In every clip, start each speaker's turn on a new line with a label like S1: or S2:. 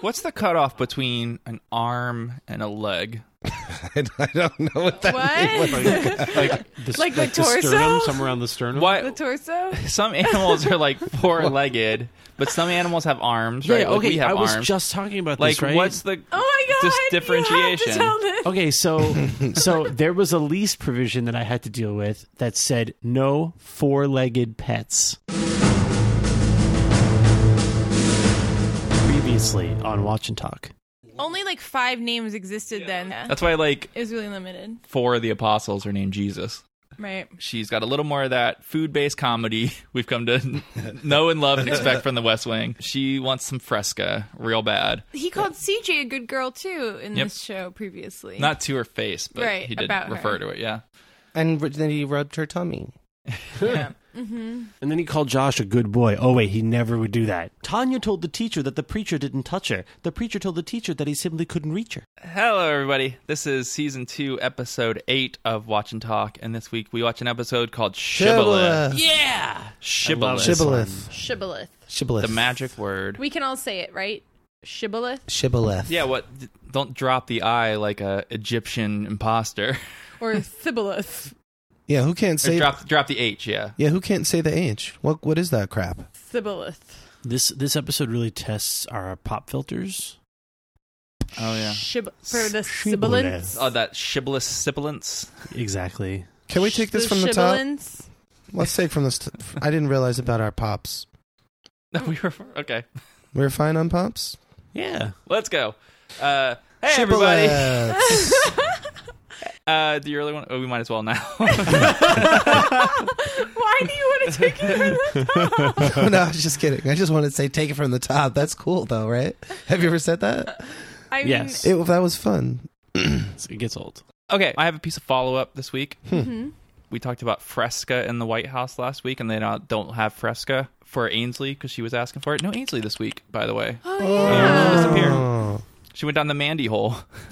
S1: What's the cutoff between an arm and a leg?
S2: I don't know what that
S3: What?
S4: like the,
S3: Like the torso?
S4: sternum, somewhere on the sternum.
S3: the
S1: Why?
S3: torso? Oh
S1: Some animals are like four-legged, but some animals have arms,
S4: Yeah,
S1: right? Like,
S4: okay.
S1: we have
S4: I was
S1: arms.
S4: just talking about
S1: like,
S4: this, right?
S1: what's the?
S3: Oh my
S1: Just
S3: god! You have to
S1: differentiation. Oh.
S3: tell this.
S4: Okay, so so there was a lease provision that I had to deal with that said no four-legged pets. Previously on Watch and Talk.
S3: Only like five names existed then.
S1: That's why like
S3: It was really limited,
S1: four of the apostles are named Jesus.
S3: right?
S1: She's got a little more of that food-based comedy we've come to know and love and expect from The West Wing. She wants some fresca, real bad.
S3: He called CJ a good girl too in
S1: Yep.
S3: this show previously.
S1: Not to her face, but
S3: Right,
S1: he did
S3: about her.
S1: refer to it. Yeah.
S2: And then he rubbed her tummy.
S3: Yeah.
S4: And then he called Josh a good boy. Oh, wait, he never would do that. Tanya told the teacher that the preacher didn't touch her. The preacher told the teacher that he simply couldn't reach her.
S1: Hello, everybody. This is season two, episode eight of Watch and Talk, and this week we watch an episode called Shibboleth.
S4: Yeah!
S1: Shibboleth.
S2: Shibboleth.
S3: Shibboleth.
S2: Shibboleth.
S1: The magic word.
S3: We can all say it, right? Shibboleth.
S2: Shibboleth.
S1: yeah, what? Don't drop the I like a Egyptian imposter.
S3: or Sibboleth.
S2: Yeah, who can't
S1: or
S2: say
S1: drop, drop the H, yeah.
S2: Yeah, who can't say the H? What what is that crap?
S3: Sibboleth.
S4: This this episode really tests our pop filters.
S1: Oh, yeah.
S3: Shib- for the
S4: Shibboleth.
S3: sibilance.
S1: Oh, that shibboleth sibilance.
S4: Exactly.
S2: Can we take this from the top?
S3: Shibbolance.
S2: Let's take from this. T- I didn't realize about our pops.
S1: No, we were okay.
S2: We were fine on pops.
S4: Yeah.
S1: Let's go. Uh, hey, everybody.
S2: Shibboleths.
S1: Uh, do you really want? Oh, we might as well now.
S3: Why do you want to take it from the top?
S2: no, I was just kidding. I just wanted to say take it from the top. That's cool though, right? Have you ever said that?
S3: I mean,
S4: Yes.
S2: It, that was fun.
S4: It gets old.
S1: okay, I have a piece of follow up this week.
S3: mhm.
S1: we talked about Fresca in the White House last week, and they not, don't have Fresca for Ainsley because she was asking for it. No Ainsley this week, by the way.
S3: Oh, yeah.
S1: Yeah, she disappeared.
S2: Oh.
S1: She went down the Mandy hole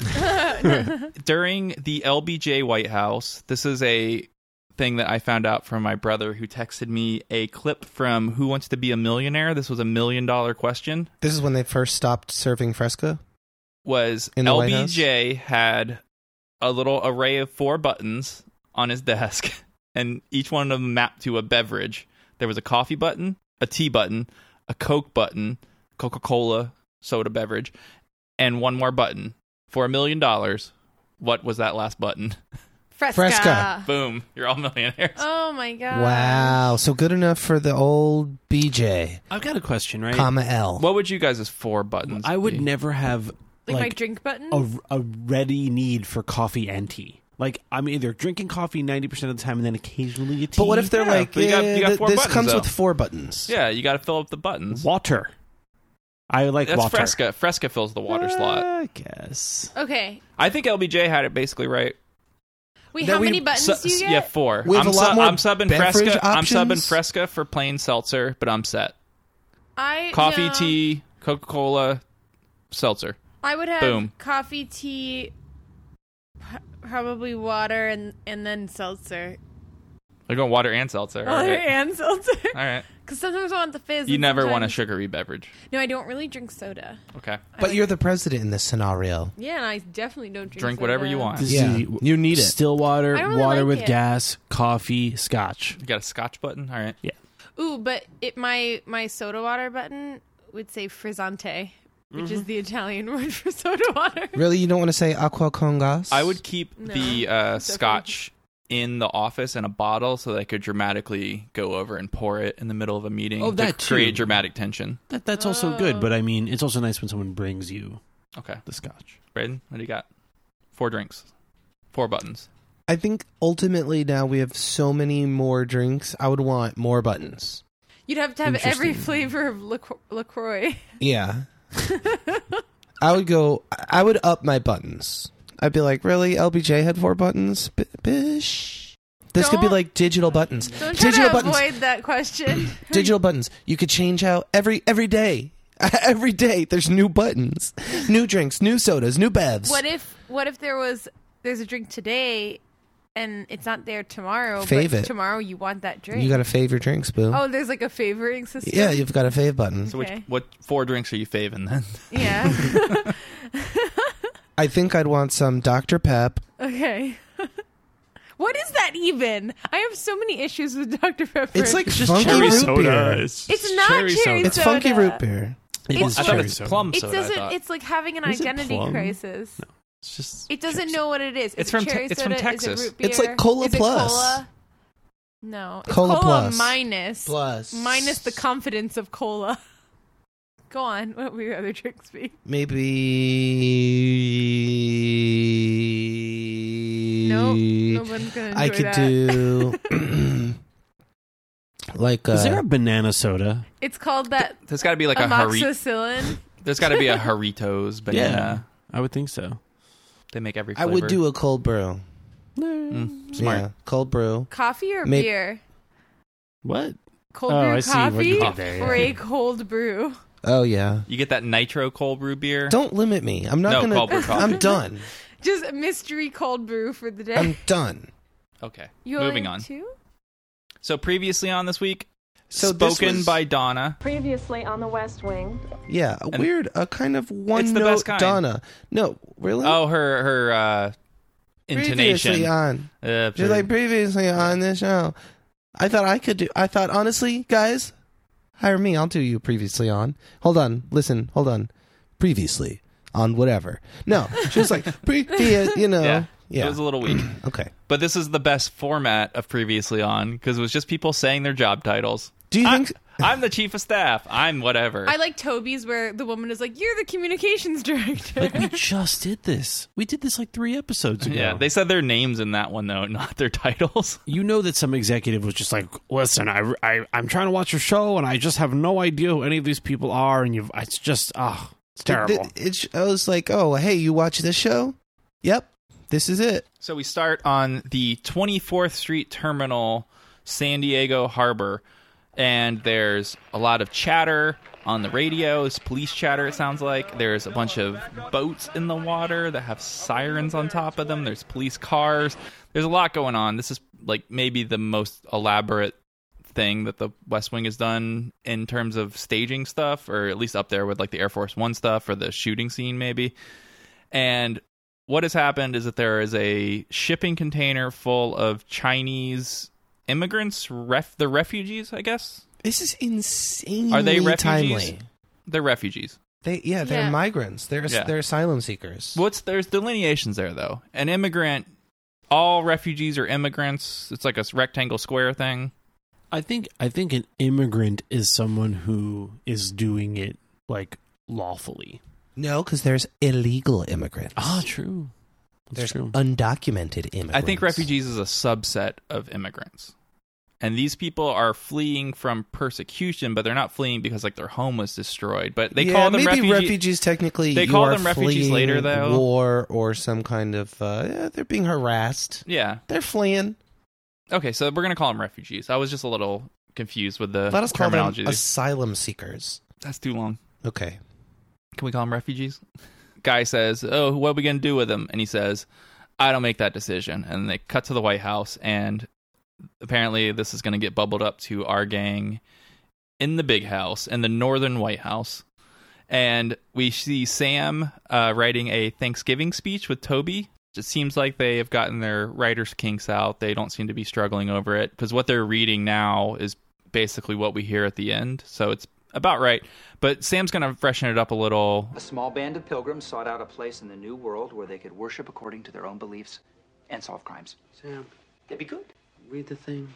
S1: during the LBJ White House. This is a thing that I found out from my brother who texted me a clip from Who Wants to Be a Millionaire. This was a million dollar question.
S2: This is when they first stopped serving fresco.
S1: was
S2: In the White
S1: LBJ had a little array of four buttons on his desk, and each one of them mapped to a beverage. There was a coffee button, a tea button, a Coke button, Coca Cola soda beverage, and one more button. For a million dollars, what was that last button?
S3: Fresca.
S2: Fresca.
S1: Boom, you're all millionaires.
S3: Oh my god.
S2: Wow. So good enough for the old BJ,
S4: I've got a question, right?
S2: comma L.
S1: What would you guys' four buttons?
S4: I would
S1: be?
S4: never have
S3: Like, my
S4: like,
S3: drink button.
S4: a, a ready need for coffee and tea. Like I'm either drinking coffee 90% of the time and then occasionally a tea.
S2: but what if they're
S1: Yeah,
S2: like,
S1: but you got-
S2: eh,
S1: you got
S2: th-
S1: four
S2: this
S1: buttons,
S2: comes
S1: though.
S2: with four buttons.
S1: Yeah, you got to fill up the buttons.
S4: water? I like
S1: That's
S4: water.
S1: Fresca. Fresca fills the water slot.
S4: I guess.
S3: okay.
S1: I think LBJ had it basically right.
S3: Wait,
S2: That
S3: how
S2: we-
S3: many buttons
S1: Su-
S3: do you
S1: su-
S3: get?
S1: Yeah, four.
S2: We have
S1: I'm,
S2: a lot
S1: su-
S2: more
S1: I'm subbing
S2: beverage
S1: Fresca. I'm
S2: options.
S1: subbing Fresca for plain seltzer, but I'm set.
S3: I
S1: Coffee,
S3: no.
S1: tea, Coca Cola, seltzer.
S3: I would have
S1: Boom.
S3: coffee, tea, p- probably water, and and then seltzer.
S1: They're going water and seltzer. All
S3: Water
S1: right.
S3: and seltzer.
S1: All right.
S3: Because sometimes I want the fizz.
S1: You
S3: and
S1: never want a
S3: sometimes-
S1: sugary beverage.
S3: No, I don't really drink soda.
S1: Okay.
S2: But you're the president in this scenario.
S3: Yeah, and I definitely don't drink.
S1: Drink whatever
S3: soda.
S1: you want.
S4: This
S2: Yeah.
S4: is-
S2: You need it.
S4: Still water,
S3: I don't really
S4: water
S3: like
S4: with
S3: it.
S4: gas, coffee, scotch.
S1: You got a scotch button? All right.
S3: Ooh, but it my my soda water button would say frizzante, which
S1: Mm-hmm.
S3: is the Italian word for soda water.
S2: Really, you don't want to say aqua con gas?
S1: I would keep
S3: No,
S1: the uh, scotch in the office in a bottle so that I could dramatically go over and pour it in the middle of a meeting
S4: Oh, that
S1: to create
S4: too.
S1: dramatic tension.
S4: That, that's also good,
S3: Oh.
S4: but I mean, it's also nice when someone brings you
S1: Okay.
S4: the scotch.
S1: Braden, what do you got? Four drinks, four buttons.
S2: I think ultimately now we have so many more drinks. I would want more buttons.
S3: You'd have to have every
S2: Interesting.
S3: flavor of Lac- Lacroix.
S2: Yeah. I would go. I would up my buttons. I'd be like, really? LBJ had four buttons. B- bish. This could be
S3: Don't-
S2: like digital buttons.
S3: Don't try
S2: Digital
S3: to
S2: buttons.
S3: avoid that question.
S2: Digital buttons. You could change out every every day. every day, there's new buttons, new drinks, new sodas, new bevs.
S3: What if what if there was there's a drink today and it's not there tomorrow,
S2: Fave
S3: but
S2: it.
S3: tomorrow you want that drink.
S2: You got to fave your drinks, boo.
S3: oh, there's like a favoring system.
S2: yeah, you've got a fave button.
S1: So
S3: Okay.
S1: which what four drinks are you faving then?
S3: Yeah.
S2: I think I'd want some Dr. Pep.
S3: okay. what is that even? I have so many issues with Dr. Pepper.
S2: It's like
S4: just
S2: funky
S4: cherry
S2: root
S5: soda.
S2: beer.
S5: It's,
S3: It's not cherry soda.
S2: It's funky
S3: soda.
S2: root beer.
S4: It
S3: It's
S4: is
S1: I thought
S4: cherry
S1: it's
S4: soda.
S1: plum
S3: it
S1: soda. I
S3: doesn't.
S1: thought.
S3: It's like having an
S4: Is it
S3: identity
S4: plum?
S3: crisis.
S1: It's just
S3: It doesn't
S1: cherry
S3: know what it is. Is
S1: It's
S3: it
S1: from Te-
S3: cherry
S1: it's
S3: soda?
S1: from
S3: Is
S1: Texas.
S3: it root beer?
S2: It's like Cola
S3: Is it
S2: Plus.
S3: cola? No, it's
S2: Cola
S3: cola,
S2: Plus.
S3: minus
S2: Plus.
S3: minus the confidence of cola. Go on. What would your other tricks be?
S2: Maybe.
S3: No, no one's gonna. Enjoy
S2: I could
S3: that.
S2: do. like uh, a,
S4: Is there a banana soda?
S3: It's called that
S1: There's got to be like a Hari-
S3: amoxicillin.
S1: There's got to be a Haritos banana.
S4: I would think so.
S1: They make every.
S2: I
S1: Flavor.
S2: would do a cold brew.
S1: Mm, smart.
S2: Yeah, cold brew.
S3: coffee or
S2: May-
S3: beer?
S4: What?
S3: Cold
S4: Oh,
S3: brew
S4: I see what
S3: coffee
S4: you did there, yeah.
S3: or a cold brew?
S2: Oh yeah.
S1: You get that nitro cold brew beer.
S2: Don't limit me. I'm not
S1: No,
S2: gonna.
S1: cold brew coffee.
S2: I'm done.
S3: Just a mystery cold brew for the day.
S2: I'm done.
S1: Okay.
S3: you only
S1: Moving
S3: have
S1: on.
S3: Two?
S1: So previously on this week,
S2: So this
S1: spoken
S2: was-
S1: by Donna.
S6: Previously on the West Wing.
S2: Yeah, a
S1: And-
S2: weird, a kind of one
S1: It's the
S2: note
S1: best kind.
S2: Donna. No, really.
S1: Oh, her her uh,
S2: previously
S1: intonation.
S2: on.
S1: Uh,
S2: Just like previously on this show. I thought I could do. I thought honestly, guys, hire me. I'll do you previously on. Hold on, listen. Hold on. Previously on whatever. No, she was like previous. You know.
S1: yeah.
S2: oh, Yeah.
S1: It was a little weak.
S2: okay.
S1: But this is the best format of previously on because it was just people saying their job titles.
S2: Do you
S1: I,
S2: think?
S1: I'm the chief of staff. I'm whatever.
S3: I like Toby's where the woman is like, "You're the communications director."
S4: Like we just did this. We did this like three episodes ago.
S1: yeah, they said their names in that one though, not their titles.
S4: you know that some executive was just like, "Listen, I, I I'm trying to watch your show, and I just have no idea who any of these people are, and you've it's just ah, it's terrible."
S2: It, it, I was like, oh, hey, you watch this show? Yep. This is it.
S1: So we start on the 24th Street Terminal, San Diego Harbor, and there's a lot of chatter on the radio. It's police chatter, it sounds like. There's a bunch of boats in the water that have sirens on top of them. There's police cars. There's a lot going on. This is like maybe the most elaborate thing that the West Wing has done in terms of staging stuff, or at least up there with like the Air Force One stuff or the shooting scene, maybe. And what has happened is that there is a shipping container full of Chinese immigrants, ref the refugees, I guess.
S2: This is insanely
S1: Are they refugees?
S2: timely.
S1: They're refugees.
S2: They yeah, they're
S3: Yeah.
S2: migrants. They're
S1: Yeah.
S2: they're asylum seekers.
S1: What's there's delineations there though. An immigrant, all refugees are immigrants. It's like a s- rectangle square thing.
S4: I think I think an immigrant is someone who is doing it like lawfully.
S2: No, because there's illegal immigrants.
S1: Ah,
S4: Ah, true.
S2: there's undocumented immigrants.
S1: I think refugees is a subset of immigrants. And these people are fleeing from persecution, but they're not fleeing because like their home was destroyed. But they
S2: Yeah,
S1: call them
S2: maybe
S1: refugee-
S2: refugees. Technically,
S1: They
S2: you
S1: call
S2: are
S1: them refugees
S2: fleeing
S1: later, though.
S2: War or some kind of uh, yeah, they're being harassed.
S1: Yeah.
S2: They're fleeing.
S1: Okay, so we're gonna call them refugees. I was just a little confused with the
S2: Let us call them
S1: terminology.
S2: asylum seekers.
S1: That's too long.
S2: Okay.
S1: Can we call them refugees? Guy says, "Oh, what are we gonna do with them?" And he says, "I don't make that decision." And they cut to the White House, and apparently this is gonna get bubbled up to our gang in the big house in the northern White House, and we see Sam uh, writing a Thanksgiving speech with Toby. It seems like they have gotten their writers' kinks out. They don't seem to be struggling over it because what they're reading now is basically what we hear at the end. So it's about right. But Sam's going to freshen it up a little.
S7: A small band of pilgrims sought out a place in the New World where they could worship according to their own beliefs and solve crimes.
S8: Sam,
S7: They'd be good.
S8: read the thing.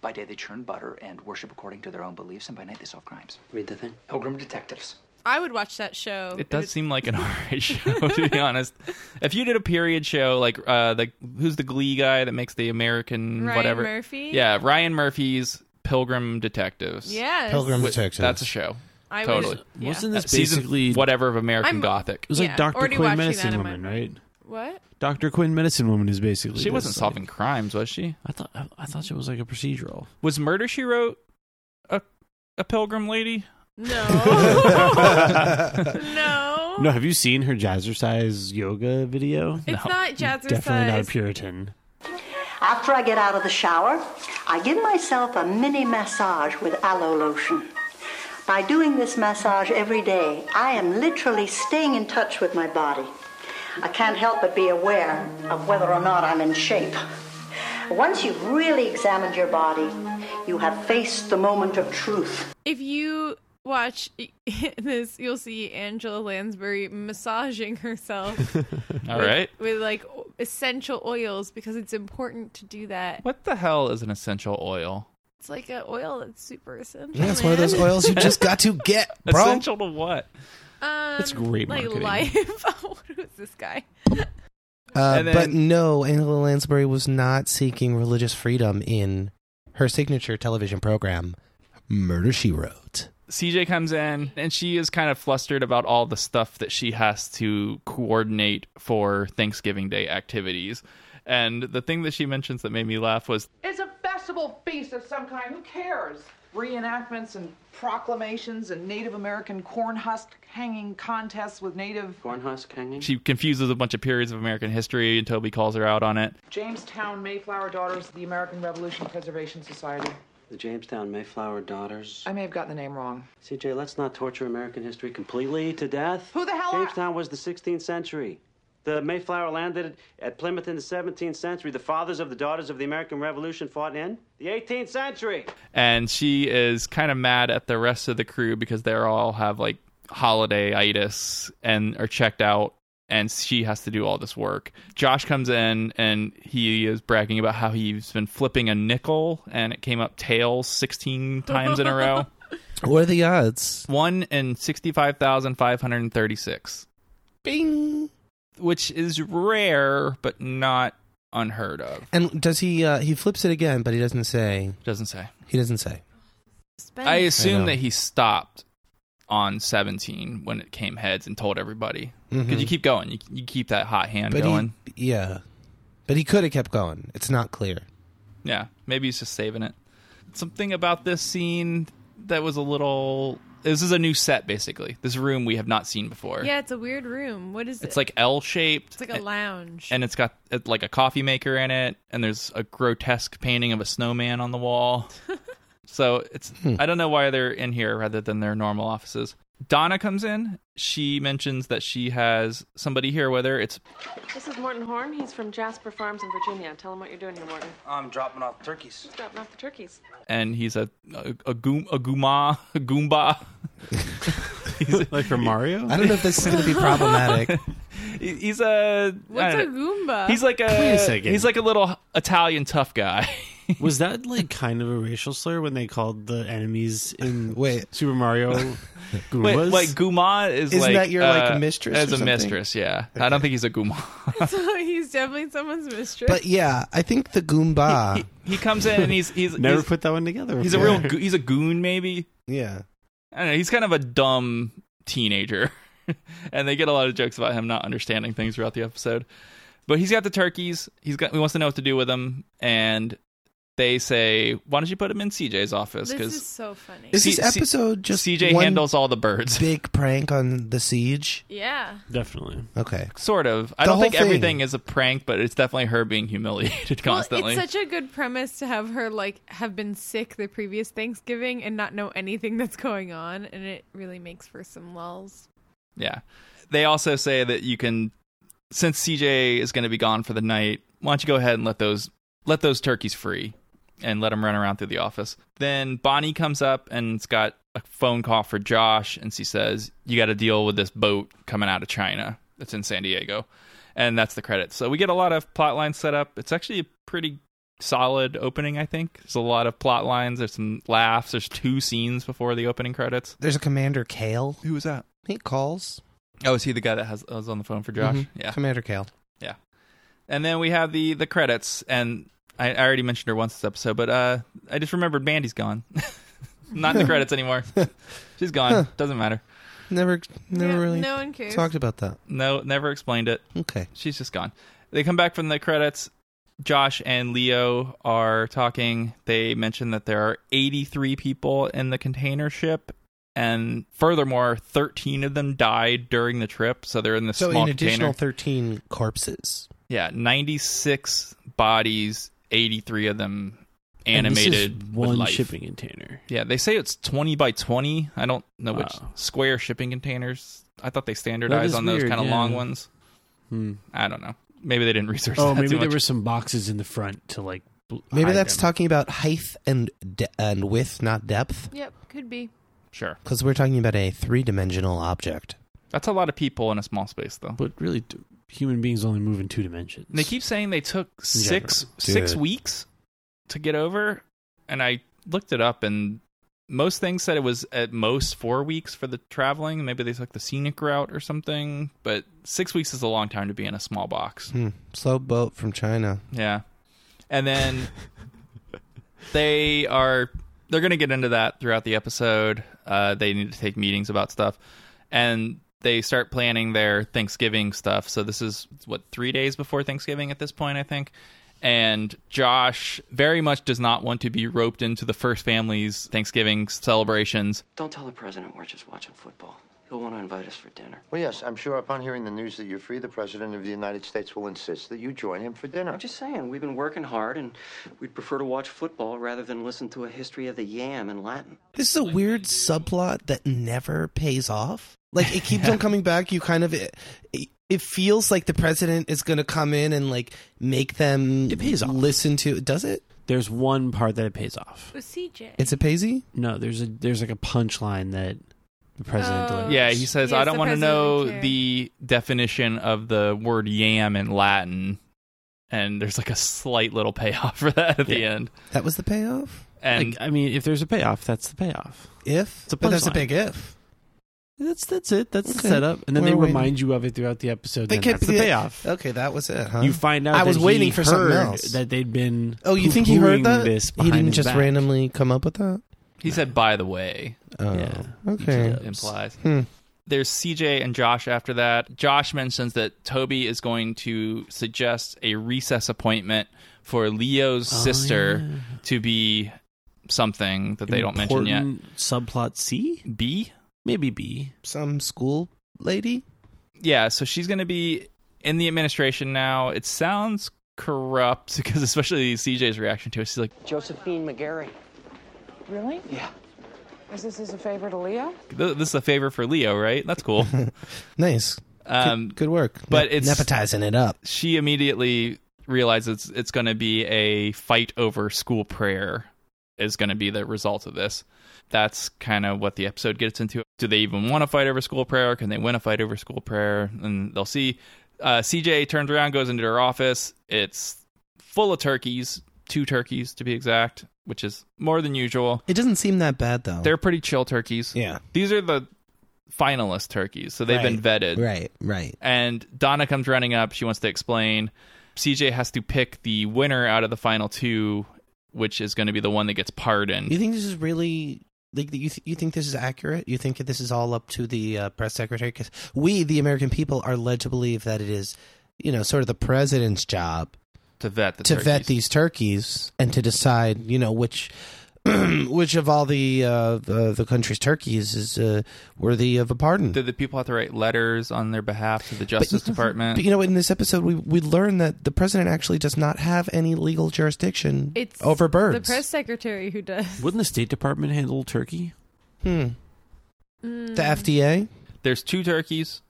S7: By day, they churn butter and worship according to their own beliefs, and by night, they solve crimes.
S8: Read the thing.
S7: Pilgrim detectives.
S3: I would watch that show.
S1: It does seem like an alright show, to be honest. If you did a period show, like uh, the who's the Glee guy that makes the American
S3: Ryan
S1: whatever,
S3: Murphy?
S1: yeah, Ryan Murphy's Pilgrim Detectives.
S3: Yes.
S2: Pilgrim
S1: Wait,
S2: Detectives.
S1: That's a show.
S3: I
S1: Totally.
S3: Was, yeah.
S4: Wasn't this basically
S1: Season whatever of American
S3: I'm-
S1: Gothic.
S4: It was like
S3: Yeah,
S4: Doctor
S3: already
S4: Quinn
S3: watching
S4: Medicine
S3: that in my
S4: Woman,
S3: mind.
S4: right?
S3: what?
S4: Doctor Quinn Medicine Woman is basically
S1: She wasn't
S4: this,
S1: solving
S4: Like,
S1: crimes, was she?
S4: I thought I, I thought she was like a procedural.
S1: Was Murder She Wrote a a pilgrim lady?
S3: No. no.
S4: No, have you seen her jazzercise yoga video?
S3: It's not jazzercise.
S4: Definitely not a Puritan.
S5: After I get out of the shower, I give myself a mini massage with aloe lotion. By doing this massage every day, I am literally staying in touch with my body. I can't help but be aware of whether or not I'm in shape. Once you've really examined your body, you have faced the moment of truth.
S3: If you watch this, you'll see Angela Lansbury massaging herself
S1: All right.
S3: with like o- essential oils because it's important to do that.
S1: What the hell is an essential oil?
S3: It's like an oil that's super essential.
S2: Yeah, it's one of those
S3: man.
S2: oils you just got to get, bro.
S1: Essential to what?
S3: Um,
S4: That's great
S3: Like
S4: marketing.
S3: life. Who's this guy?
S2: Uh,
S1: And
S2: but
S1: then-
S2: no, Angela Lansbury was not seeking religious freedom in her signature television program, Murder She Wrote.
S1: CJ comes in and she is kind of flustered about all the stuff that she has to coordinate for Thanksgiving Day activities. And the thing that she mentions that made me laugh was
S8: It's a festival feast of some kind. Who cares? Reenactments and proclamations and Native American corn husk hanging contests with Native
S7: Cornhusk hanging?
S1: she confuses a bunch of periods of American history and Toby calls her out on it.
S8: Jamestown Mayflower Daughters of the American Revolution Preservation Society.
S7: The Jamestown Mayflower Daughters.
S8: I may have gotten the name wrong.
S7: CJ, let's not torture American history completely to death.
S8: Who the hell are-
S7: Jamestown was the 16th century. The Mayflower landed at Plymouth in the 17th century. The fathers of the daughters of the American Revolution fought in the 18th century.
S1: And she is kind of mad at the rest of the crew because they all have like holiday itis and are checked out. And she has to do all this work. Josh comes in and he is bragging about how he's been flipping a nickel and it came up tails 16 times in a row.
S2: What are the odds?
S1: One in 65,536,
S2: Bing.
S1: which is rare but not unheard of.
S2: And does he? Uh, he flips it again, but he doesn't say.
S1: Doesn't say.
S2: He doesn't say.
S3: Spend-
S1: I
S2: I
S1: assume
S2: know.
S1: that he stopped on 17 when it came heads and told everybody. Because you keep going. You, you keep that hot hand
S2: Mm-hmm. But
S1: going.
S2: he, yeah, but he could have kept going. It's not clear.
S1: Yeah. Maybe he's just saving it. Something about this scene that was a little. This is a new set, basically. This room we have not seen before.
S3: yeah, it's a weird room. What is it?
S1: It's like L shaped.
S3: it's like a lounge.
S1: and it's got uh, like a coffee maker in it and there's a grotesque painting of a snowman on the wall so it's
S2: Hmm.
S1: i don't know why they're in here rather than their normal offices donna comes in she mentions that she has somebody here with her it's
S6: This is Morton Horn. He's from Jasper Farms in Virginia. Tell him what you're doing here, Morton.
S7: I'm dropping off turkeys.
S6: He's dropping off the turkeys.
S1: and he's a a, a, goom, a gooma a goomba
S4: like from Mario?
S2: I don't know if this is going to be problematic.
S1: He- he's a I
S3: What's a
S1: don't know.
S3: Goomba?
S1: he's like a,
S4: Wait a second.
S1: he's like a little italian tough guy
S4: Was that like kind of a racial slur when they called the enemies in
S2: Wait.
S4: Super Mario
S1: Wait,
S4: Goombas?
S1: like Guma is
S2: Isn't
S1: like
S2: that your, like,
S1: uh,
S2: mistress
S1: As
S2: or
S1: a
S2: something?
S1: mistress, yeah. I don't think he's a Guma.
S3: so he's definitely someone's mistress.
S2: But yeah, I think the Goomba.
S1: he, he comes in and he's he's
S4: Never
S1: he's,
S4: put that one together.
S1: He's a
S4: before.
S1: real go- he's a goon maybe.
S2: yeah,
S1: I don't know. He's kind of a dumb teenager, and they get a lot of jokes about him not understanding things throughout the episode. But he's got the turkeys. He's got he wants to know what to do with them, and they say, "Why don't you put him in CJ's office?"
S3: this is
S1: Because
S3: so funny.
S2: is
S1: C-
S2: this
S1: C-
S2: episode just
S1: CJ
S2: one
S1: handles all the birds,
S2: big prank on the siege?
S3: yeah.
S4: Definitely.
S2: Okay,
S1: sort of. I
S2: The
S1: don't
S2: whole
S1: think
S2: thing.
S1: everything is a prank, but it's definitely her being humiliated constantly.
S3: Well, it's such a good premise to have her like have been sick the previous Thanksgiving and not know anything that's going on, and it really makes for some lulls.
S1: Yeah. They also say that you can since CJ is going to be gone for the night, why don't you go ahead and let those let those turkeys free and let them run around through the office. Then Bonnie comes up and's got a phone call for Josh and she says, "You got to deal with this boat coming out of China that's in San Diego." And that's the credits. So we get a lot of plot lines set up. It's actually a pretty solid opening, I think. There's a lot of plot lines, there's some laughs, there's two scenes before the opening credits.
S2: there's a Commander Kale.
S1: Who was that?
S2: He calls
S1: Oh, is he the guy that has was on the phone for Josh?
S2: Mhm.
S1: Mm-hmm. Yeah.
S2: Commander Kale.
S1: And then we have the the credits, and I, I already mentioned her once this episode, but uh, I just remembered Mandy's gone. Not in the credits anymore. She's gone. Doesn't matter.
S2: Never, never
S3: Yeah,
S2: really
S3: no one cares.
S2: talked about that.
S1: No, never explained it.
S2: Okay,
S1: She's just gone. They come back from the credits. Josh and Leo are talking. They mention that there are 83 people in the container ship. And furthermore, 13 of them died during the trip. So they're in the
S2: so
S1: small
S2: an additional
S1: container.
S2: thirteen corpses.
S1: Yeah, 96 bodies, 83 of them
S4: And this is
S1: animated with
S4: one
S1: life.
S4: shipping container.
S1: Yeah, they say it's 20 by 20. I don't know which
S4: Wow.
S1: square shipping containers. I thought they standardized
S4: is
S1: on those
S4: weird,
S1: kind of
S4: yeah.
S1: long ones.
S4: Hmm.
S1: I don't know. Maybe they didn't research
S4: Oh,
S1: that
S4: maybe
S1: too
S4: there
S1: much.
S4: were some boxes in the front to like. bl-
S2: Maybe
S4: hide
S2: that's
S4: them.
S2: talking about height and de- and width, not depth,
S3: Yep, could be.
S1: Sure.
S2: because we're talking about a three-dimensional object.
S1: That's a lot of people in a small space, though.
S4: But really, d- human beings only move in two dimensions.
S1: And they keep saying they took six
S2: Dude.
S1: six weeks to get over, and I looked it up, and most things said it was at most four weeks for the traveling. Maybe they took the scenic route or something, but six weeks is a long time to be in a small box.
S2: Hmm. Slow boat from China.
S1: Yeah, and then they are they're going to get into that throughout the episode. Uh, they need to take meetings about stuff, and they start planning their Thanksgiving stuff. So this is what three days before Thanksgiving at this point, I think. And Josh very much does not want to be roped into the first family's Thanksgiving celebrations.
S9: Don't tell the president we're just watching football. He'll want to invite us for dinner.
S10: Well, yes, I'm sure upon hearing the news that you're free, the President of the United States will insist that you join him for dinner.
S9: I'm just saying, we've been working hard, and we'd prefer to watch football rather than listen to a history of the yam in Latin.
S2: This is a weird subplot that never pays off. Like it keeps on coming back. You kind of it, it feels like the president is going to come in and like make them
S4: It pays off.
S2: listen to. Does it?
S4: There's one part that it pays off.
S3: It was CJ.
S2: It's a paisy.
S4: No, there's a there's like a punchline that the
S2: Uh,
S4: president
S3: Oh.
S4: delivers.
S1: Yeah, he says,
S3: Yes,
S1: I don't
S3: the
S1: want to
S3: president
S1: know
S3: would care."
S1: the definition of the word yam in Latin. And there's like a slight little payoff for that at the
S4: Yeah.
S1: end.
S2: That was the payoff.
S1: And
S4: like, I mean, if there's a payoff, that's the payoff.
S2: If
S4: It's a
S2: but that's a
S4: punchline.
S2: big if.
S4: That's that's it. That's
S2: Okay.
S4: the setup, and then
S2: We're
S4: they
S2: waiting.
S4: remind you of it throughout the episode.
S2: They
S4: and
S2: kept
S4: that's the
S2: the-
S4: payoff.
S2: Okay, that was it. Huh?
S4: You find out.
S2: I was
S4: that he
S2: waiting for something
S4: heard
S2: else.
S4: that they'd been.
S2: oh, you think he heard
S4: poo-pooing
S2: that?
S4: This
S2: he
S4: behind
S2: didn't
S4: his
S2: just
S4: back.
S2: randomly come up with that.
S1: he said, by the way,
S2: Oh,
S4: Yeah.
S2: okay.
S4: Oops.
S1: implies.
S2: Hmm.
S1: There's CJ and Josh after that. Josh mentions that Toby is going to suggest a recess appointment for Leo's
S4: Oh,
S1: sister
S4: yeah.
S1: to be something that they don't mention
S4: Important Subplot C,
S1: yet. B?
S4: maybe B.
S2: Some school lady.
S1: yeah, so she's going to be in the administration now. It sounds corrupt because especially CJ's reaction to it. She's like,
S9: Josephine McGarry.
S8: Really? Yeah. Is this as a favor to Leo?
S1: "Th- "This is a favor for Leo, right? That's cool."
S2: Nice.
S1: Um,
S2: Good work.
S1: But
S2: Ne-
S1: it's-
S2: nepotizing it up.
S1: she immediately realizes it's, it's going to be a fight over school prayer is going to be the result of this. That's kind of what the episode gets into. Do they even want to fight over school prayer? Can they win a fight over school prayer? And they'll see. Uh, CJ turns around, goes into her office. It's full of turkeys, two turkeys to be exact, which is more than usual.
S2: It doesn't seem that bad though.
S1: They're pretty chill turkeys.
S2: Oh. yeah.
S1: These are the finalist turkeys, so they've been
S2: Right.
S1: vetted.
S2: Right. Right.
S1: And Donna comes running up. She wants to explain. CJ has to pick the winner out of the final two, which is going to be the one that gets
S2: You
S1: pardoned.
S2: think this is really like you? Th- you think this is accurate? You think this is all up to the uh, press secretary? Because we, the American people, are led to believe that it is, you know, sort of the president's job
S1: To vet the
S2: to vet
S1: turkeys.
S2: these turkeys and to decide, you know, which which of all the uh, the, the country's turkeys is uh, worthy of a pardon.
S1: Did the people have to write letters on their behalf to the Justice Department?
S2: But you know, in this episode, we we learn that the president actually does not have any legal jurisdiction
S3: It's
S2: over birds.
S3: The press secretary who does.
S4: Wouldn't the State Department handle turkey?
S2: Hmm.
S3: Mm.
S2: The FDA.
S1: There's two turkeys.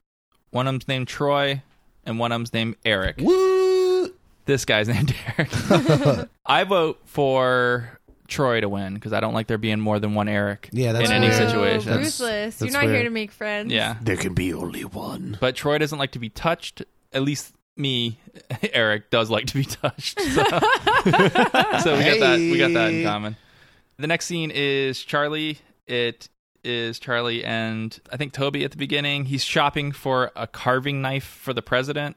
S1: One of them's named Troy, and one of them's named Eric.
S2: Woo!
S1: This guy's named Eric. I vote for Troy to win because I don't like there being more than one Eric
S2: Yeah, that's
S1: in any
S2: weird.
S1: situation.
S2: That's-
S3: Ruthless. You're
S2: that's
S3: not
S2: weird.
S3: here to make friends.
S1: Yeah.
S4: There can be only one.
S1: but Troy doesn't like to be touched. At least me, Eric, does like to be touched. So, So we got that. We got that in
S2: Hey.
S1: common. The next scene is Charlie. It is Charlie and I think Toby at the beginning. He's shopping for a carving knife for the president.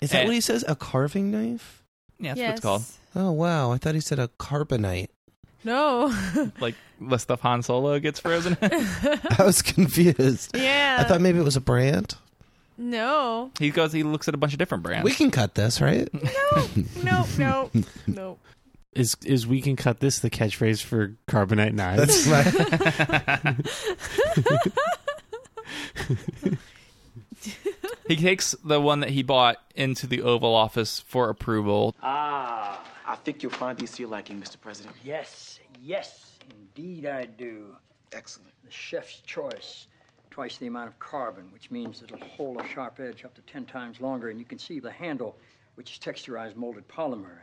S2: Is that
S1: And-
S2: what he says? A carving knife?
S1: Yeah, that's
S3: yes.
S1: what it's called.
S2: Oh wow! I thought he said a carbonite.
S3: No.
S1: Like the stuff Han Solo gets frozen. in.
S2: I was confused.
S3: yeah.
S2: I thought maybe it was a brand.
S3: no.
S1: he goes. He looks at a bunch of different brands.
S2: We can cut this, right?
S3: No. No. No. No.
S4: Is is we can cut this the catchphrase for carbonite knives?
S2: That's right.
S1: he takes the one that he bought into the Oval Office for approval.
S7: Ah,
S11: I think you'll find these to your liking, Mr. President.
S12: Yes, yes, indeed I do. Excellent. The chef's choice. Twice the amount of carbon, which means it'll hold a sharp edge up to 10 times longer, and you can see the handle, which is texturized molded polymer,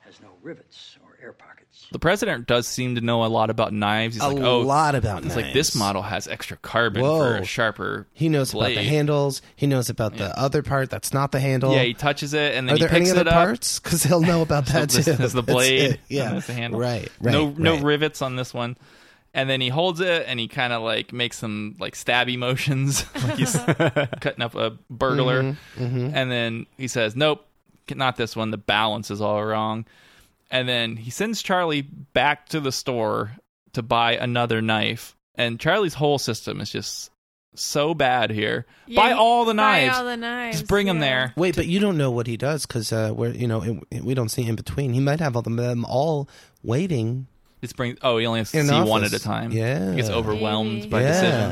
S12: has no rivets or air pockets.
S1: The president does seem to know a lot about knives. He's
S2: A
S1: like, oh,
S2: lot about
S1: it's like this
S2: knives.
S1: model has extra carbon for
S2: Whoa.
S1: a sharper.
S2: He knows about
S1: blade.
S2: the handles. He knows about the other part that's not the handle.
S1: Yeah, he touches it and then
S2: Are
S1: he
S2: there
S1: picks
S2: any other
S1: it up.
S2: parts? Because he'll know about that
S1: That's the
S2: too. That's
S1: blade.
S2: it. Yeah,
S1: that's the handle.
S2: Right. Right.
S1: no,
S2: right.
S1: no rivets on this one. And then he holds it and he kind of like makes some like stabby motions, like he's cutting up a burglar.
S2: Mhm, mhm.
S3: Mm-hmm.
S1: And then he says, "Nope, not this one. The balance is all wrong." And then he sends Charlie back to the store to buy another knife. And Charlie's whole system is just so bad here.
S3: Yeah,
S1: buy
S3: he-
S1: all the
S3: buy
S1: knives.
S3: all the knives,
S1: Just bring them there.
S2: Wait, but you don't know what he does because uh, we're you know it, we don't see in between. He might have all them, them all waiting.
S1: Just bring. Oh, he only has to
S2: In
S1: see one
S2: office.
S1: at a time.
S2: Yeah.
S1: he gets overwhelmed by
S2: yeah,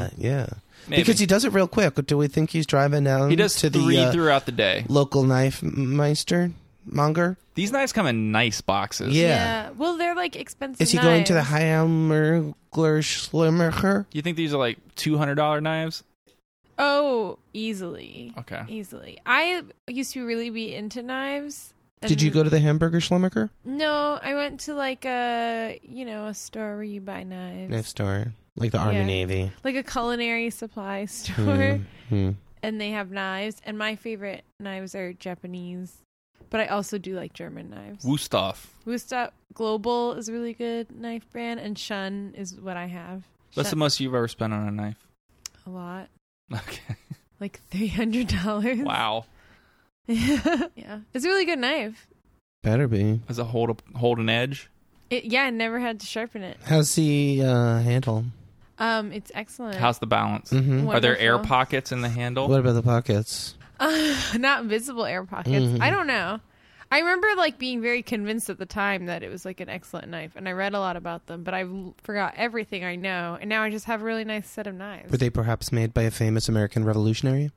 S1: decision.
S2: yeah.
S1: Maybe.
S2: Because he does it real quick. Do we think he's driving down?
S1: He does
S2: to
S1: three
S2: the, uh,
S1: throughout the day.
S2: Local knife m- meister monger.
S1: These knives come in nice boxes.
S3: Well, they're like expensive.
S2: Is he going to the
S3: knives.
S2: Heimler Schlimmerher?
S1: You think these are like two hundred dollar knives?
S3: Oh, easily.
S1: Okay.
S3: Easily. I used to really be into knives.
S2: Did you
S3: and-
S2: go to the Hamburger Schlimmerher
S3: No, I went to like a you know a store where you buy knives,
S2: knife store, like the Army
S3: Yeah.
S2: Navy?
S3: like a culinary supply store,
S2: Hmm.
S3: and they have knives. And my favorite knives are Japanese, but I also do like German knives.
S1: Wusthof.
S3: Wustop Global is a really good knife brand, and Shun is what I have.
S1: What's the
S3: Shun-
S1: most you've ever spent on a knife?
S3: a lot,
S1: Okay.
S3: like three hundred dollars.
S1: Wow.
S3: yeah, it's a really good knife.
S2: Better be.
S1: Does it hold a, hold an edge?
S3: It, yeah, I never had to sharpen it.
S2: How's the uh, handle?
S3: Um, it's excellent.
S1: How's the balance?
S2: Mhm.
S1: Are there air
S3: Wonderful.
S1: pockets in the handle?
S2: What about the pockets?
S3: Uh, not visible air pockets.
S1: Mm-hmm.
S2: Mhm.
S3: I don't know. I remember like being very convinced at the time that it was like an excellent knife, and I read a lot about them, but I l- forgot everything I know, and now I just have a really nice set of knives.
S2: Were they perhaps made by a famous American revolutionary?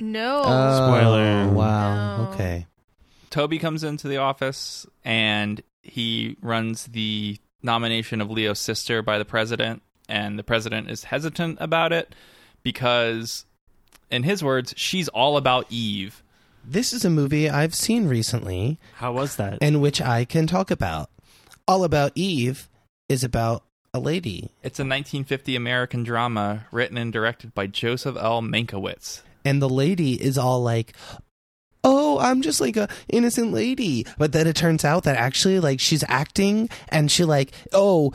S2: Oh,
S3: no,
S1: Spoiler.
S2: Wow. Okay.
S1: Toby comes into the office and he runs the nomination of Leo's sister by the president, and the president is hesitant about it because, in his words, she's all about Eve.
S2: This is a movie I've seen recently.
S4: How was that?
S2: And which I can talk about. All About Eve is about a lady,
S1: It's a 1950 American drama written and directed by Joseph L. Mankiewicz.
S2: and the lady is all like, "Oh, I'm just like a innocent lady," but then it turns out that actually, like, she's acting, and she like, oh.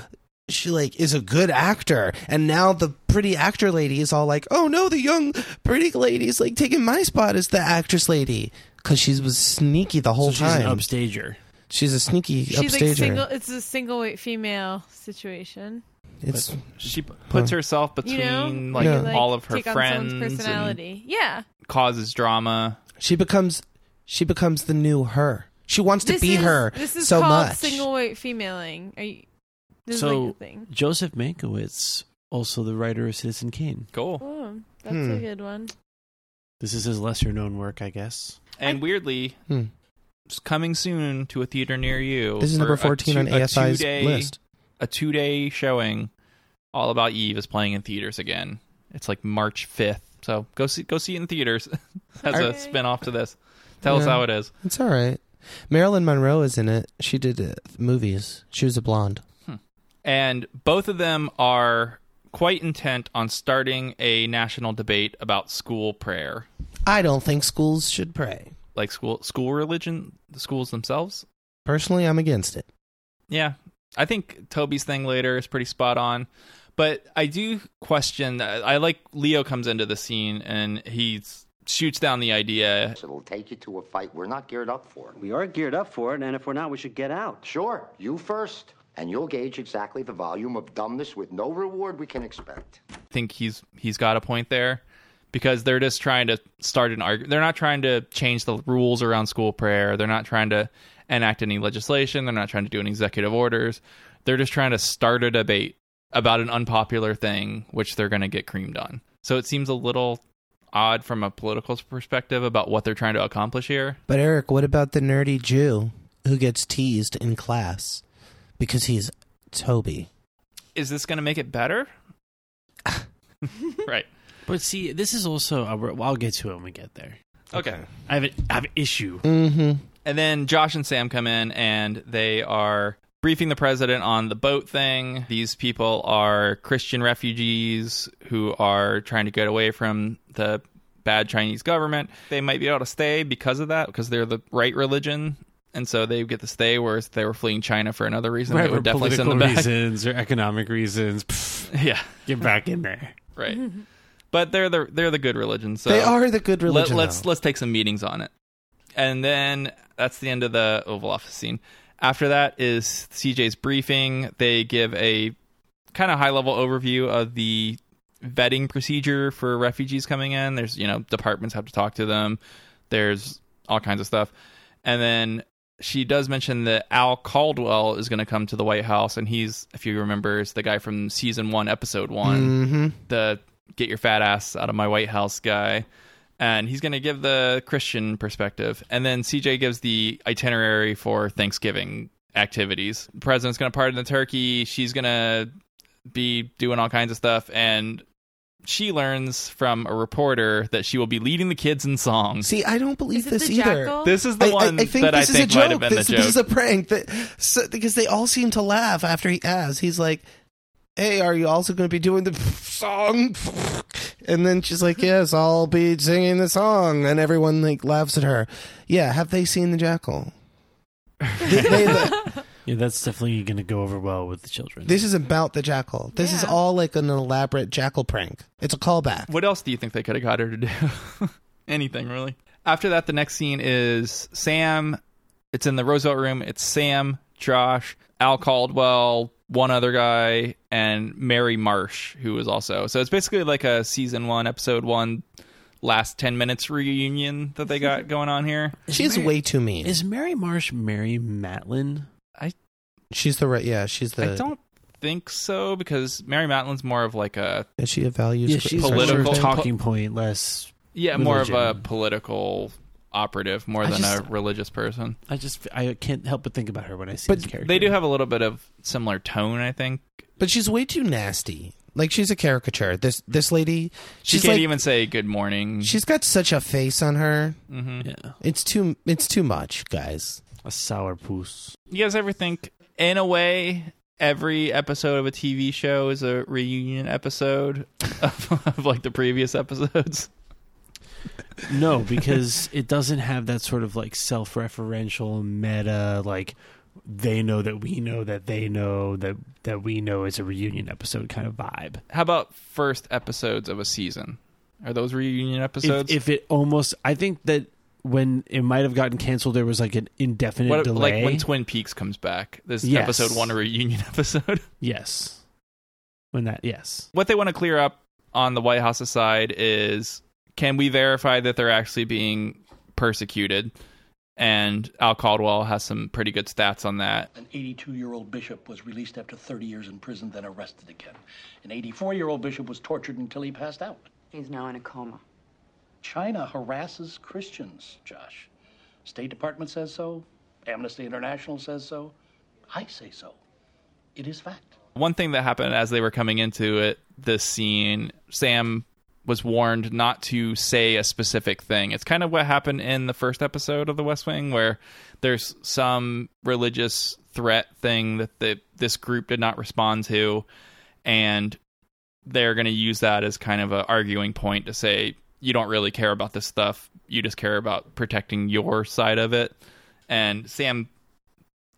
S2: She like is a good actor, and now the pretty actor lady is all like, "Oh no, the young pretty lady is like taking my spot as the actress lady because she was sneaky the whole
S4: she's
S2: time."
S4: an upstager.
S2: She's a sneaky
S3: she's
S2: upstager.
S3: like single. It's a single white female situation.
S2: It's
S1: She p- puts
S2: Huh.
S1: herself between
S3: You know,
S1: like
S3: You,
S1: all of her
S3: take on someone's
S1: friends, and
S3: personality. Yeah,
S1: causes drama.
S2: she becomes she becomes the new her. She wants to
S3: This
S2: be
S3: is-
S2: her
S3: This is
S2: so
S3: called
S2: much.
S3: single white femaling. Are you, this is
S4: so
S3: like a thing.
S4: Joseph Mankiewicz, also the writer of Citizen Kane.
S1: Cool.
S3: Oh, that's
S4: Hmm.
S3: a good one.
S4: This is his lesser known work, I guess.
S1: And weirdly,
S2: Hmm.
S1: it's coming soon to a theater near you.
S2: This is number
S1: for a
S2: 14 on
S1: two- a
S2: ASI's
S1: two-day-
S2: list.
S1: A two day showing, All About Eve is playing in theaters again. It's like March 5th. So go see go see it in theaters as a
S2: Okay.
S1: spin off to this. Tell us
S2: Yeah.
S1: how it is.
S2: It's all right. Marilyn Monroe is in it. She did uh, movies. She was a blonde.
S1: And both of them are quite intent on starting a national debate about school prayer,
S2: I don't think schools should pray.
S1: like school school religion, the schools themselves.
S2: Personally, I'm against it.
S1: Yeah. I think Toby's thing later is pretty spot on. But I do question I I like Leo comes into the scene and he shoots down the idea.
S10: It'll take you to a fight we're not geared up for.
S7: We are geared up for it, and if we're not, we should get out.
S10: Sure, you first, and you'll gauge exactly the volume of dumbness with no reward we can expect.
S1: think he's he's got a point there because they're just trying to start an argument. They're not trying to change the rules around school prayer. They're not trying to enact any legislation. They're not trying to do any executive orders. They're just trying to start a debate about an unpopular thing which they're going to get creamed on. So it seems a little odd from a political perspective about what they're trying to accomplish here.
S2: But Eric, what about the nerdy Jew? who gets teased in class because he's Toby.
S1: Is this going to make it better? right.
S13: But see, this is also uh, we're- I'll get to it when we get there.
S1: Okay.
S13: I have an, I have an issue.
S2: Mm-hmm.
S1: And then Josh and Sam come in and they are briefing the president on the boat thing. These people are Christian refugees who are trying to get away from the bad Chinese government. They might be able to stay because of that, because they're the right religion. And so they get to stay, whereas if they were fleeing China for another reason,
S13: Right,
S1: they
S13: for
S1: would definitely send
S13: political
S1: them back.
S13: reasons or economic reasons. Pff,
S1: Yeah.
S13: get back in there.
S1: Right. But they're the they're the good religion. So
S2: They are the good
S1: Let,
S2: religion,
S1: us let's take some meetings on it, and then that's the end of the Oval Office scene. After that is CJ's briefing. They give a kind of high level overview of the vetting procedure for refugees coming in. There's you know departments have to talk to them. There's all kinds of stuff, and then she does mention that Al Caldwell is going to come to the White House, and he's if you remember is the guy from season one, episode one
S2: Mm-hmm.
S1: the get your fat ass out of my White House guy. And he's going to give the Christian perspective. And then CJ gives the itinerary for Thanksgiving activities. The president's going to pardon the turkey. She's going to be doing all kinds of stuff. And she learns from a reporter that she will be leading the kids in song.
S2: See, I don't believe
S1: it
S2: this
S1: the
S2: either.
S1: jackal? This is the one that I
S2: this
S1: think
S2: is a
S1: might
S2: joke.
S1: have been the
S2: this, this is a
S1: joke.
S2: prank. That, so, because they all seem to laugh after he asks. He's like, "Hey, are you also going to be doing the song?" And then she's like, "Yes, I'll be singing the song." And everyone like laughs at her. Yeah, have they seen the jackal?
S13: Yeah, that's definitely going to go over well with the children.
S2: This is about the jackal. This is all like an elaborate jackal prank. It's a callback.
S1: What else do you think they could have got her to do? Anything really. After that, the next scene is Sam. It's in the Roosevelt room. It's Sam, Josh, Al Caldwell, one other guy, and Mary Marsh, who is also. So it's basically like a season one, episode one, last 10 minutes reunion that they got going on here.
S2: She's way too mean.
S13: Is Mary Marsh Mary Matlin?
S1: I
S2: She's the right. Yeah, she's
S13: Uh,
S2: the.
S1: I don't think so because Mary Matlin's more of like a.
S2: Is she a values?
S13: Yeah, she's
S1: Political-
S13: political talking point less.
S1: Yeah, more of a
S13: religion.
S1: political operative more
S13: I
S1: than
S13: just-
S1: a religious person.
S13: I just I can't help but think about her when I see this character.
S1: They do have a little bit of similar tone, I think.
S2: But she's way too nasty. Like she's a caricature. This this lady,
S1: She
S2: she's
S1: can't
S2: like
S1: even say good morning.
S2: she's got such a face on her.
S1: hmm
S2: It's too it's too much, guys.
S13: A sour puss.
S1: You guys ever think, in a way, every episode of a TV show is a reunion episode of, of like the previous episodes?
S13: No, because it doesn't have that sort of like self-referential meta like they know that we know that they know that that we know it's a reunion episode kind of vibe.
S1: How about first episodes of a season? Are those reunion
S13: If,
S1: episodes?
S13: if it almost I think that when it might have gotten canceled there was like an indefinite
S1: What-
S13: delay.
S1: like when Twin Peaks comes back, this
S13: Yes.
S1: episode one a reunion episode.
S13: yes. When that yes.
S1: what they want to clear up on the White House's side is can we verify that they're actually being persecuted? And Al Caldwell has some pretty good stats on that.
S14: An 82 year old bishop was released after 30 years in prison, then arrested again. An 84 year old bishop was tortured until he passed out. He's now in a coma. China harasses Christians, Josh. State Department says so. Amnesty International says so. I say so. It is fact.
S1: One thing that happened as they were coming into it, this scene, Sam was warned not to say a specific thing. It's kind of what happened in the first episode of The West Wing, where there's some religious threat thing that the, this group did not respond to, and they're going to use that as kind of a arguing point to say you don't really care about this stuff. You just care about protecting your side of it. And Sam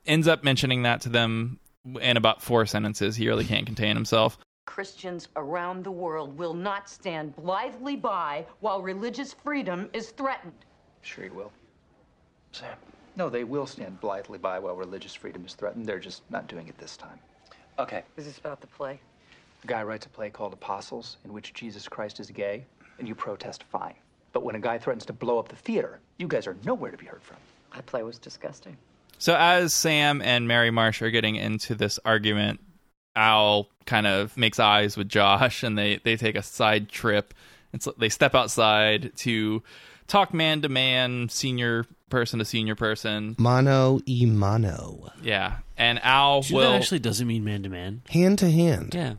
S1: ends up mentioning that to them in about four sentences. He really can't contain himself.
S15: Christians around the world will not stand blithely by while religious freedom is threatened.
S11: Sure you will. Sam. No, they will stand blithely by while religious freedom is threatened. They're just not doing it this time. Okay.
S15: Is this about the play?
S11: A guy writes a play called Apostles in which Jesus Christ is gay, and you protest fine. But when a guy threatens to blow up the theater, you guys are nowhere to be heard from.
S15: That play was disgusting.
S1: So as Sam and Mary Marsh are getting into this argument, Al kind of makes eyes with Josh, and they they take a side trip. And so they step outside to talk man to man, senior person to senior person.
S2: Mano e mano.
S1: Yeah, and Al
S2: See, that
S1: will
S2: actually
S1: doesn't mean man to man.
S2: Hand to hand.
S1: Yeah.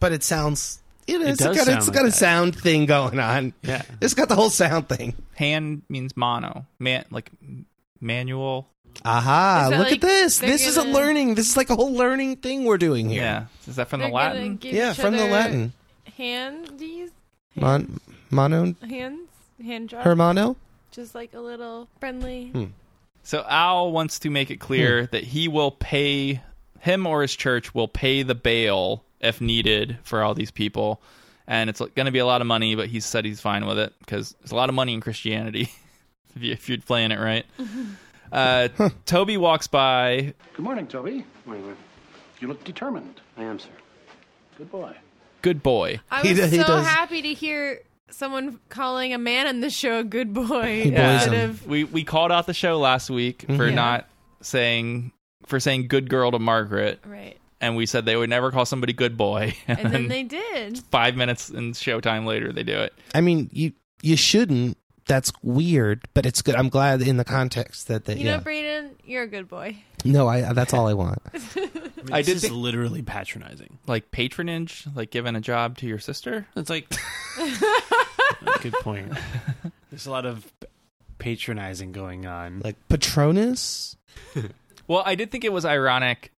S2: But it sounds. It,
S1: It
S2: it's
S1: does
S2: got,
S1: sound
S2: it's
S1: like
S2: got a
S1: that.
S2: sound thing going on.
S1: Yeah.
S2: It's got the whole sound thing.
S1: Hand means mono. Man, like m- manual.
S2: Aha.
S1: Is that
S2: Look
S1: like
S2: at this.
S1: they're
S2: This is a
S1: gonna-
S2: learning. This is like a whole learning thing we're doing here.
S1: Yeah. Is that from
S3: They're
S1: the
S3: gonna
S1: Latin?
S3: give
S2: Yeah,
S3: each
S2: from the
S3: other
S2: Latin.
S3: Handies,
S2: Mon- mono.
S3: hands, hand jobs.
S2: Hermano?
S3: Just like a little friendly.
S2: Hmm.
S1: So Al wants to make it clear that he will pay him or his church will pay the bail if needed for all these people, and it's going to be a lot of money. But he said he's fine with it because it's a lot of money in Christianity if, you, if you're playing it right. Uh, Toby walks by.
S14: Good morning, Toby. Morning, Wayne. You look determined. I am, sir. Good boy.
S1: Good boy.
S3: I was so happy to hear someone calling a man on the show a good boy. instead of-
S1: we we called out the show last week for
S3: Yeah.
S1: not saying for saying good girl to Margaret,
S3: right.
S1: and we said they would never call somebody good boy,
S3: And then they did.
S1: five minutes in showtime later they do it.
S2: I mean, you you shouldn't. That's weird, but it's good. I'm glad in the context that they.
S3: You
S2: yeah.
S3: know, Brayden, you're a good boy.
S2: No, I. That's all I want.
S1: I did
S13: is
S1: think-
S13: literally patronizing.
S1: Like patronage, like giving a job to your sister.
S13: It's like good point. There's a lot of patronizing going on.
S2: Like Patronus.
S1: Well, I did think it was ironic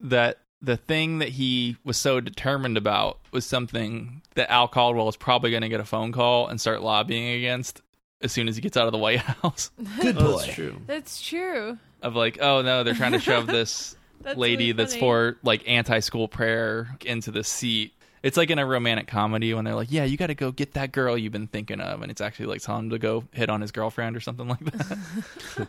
S1: that the thing that he was so determined about was something that Al Caldwell is probably going to get a phone call and start lobbying against as soon as he gets out of the White House.
S2: Good
S1: Oh, that's boy. true.
S3: That's true.
S1: Of like, oh no, they're trying to shove this
S3: That's
S1: lady
S3: really
S1: that's
S3: funny.
S1: for like anti-school prayer into the seat. It's like in a romantic comedy when they're like, "Yeah, you got to go get that girl you've been thinking of," and it's actually like telling him to go hit on his girlfriend or something like that.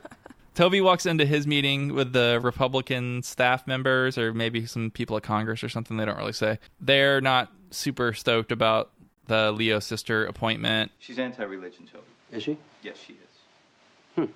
S1: Toby walks into his meeting with the Republican staff members or maybe some people at Congress or something. They don't really say. They're not super stoked about the Leo sister appointment.
S16: She's anti-religion, Toby.
S7: Is she?
S16: Yes, she is.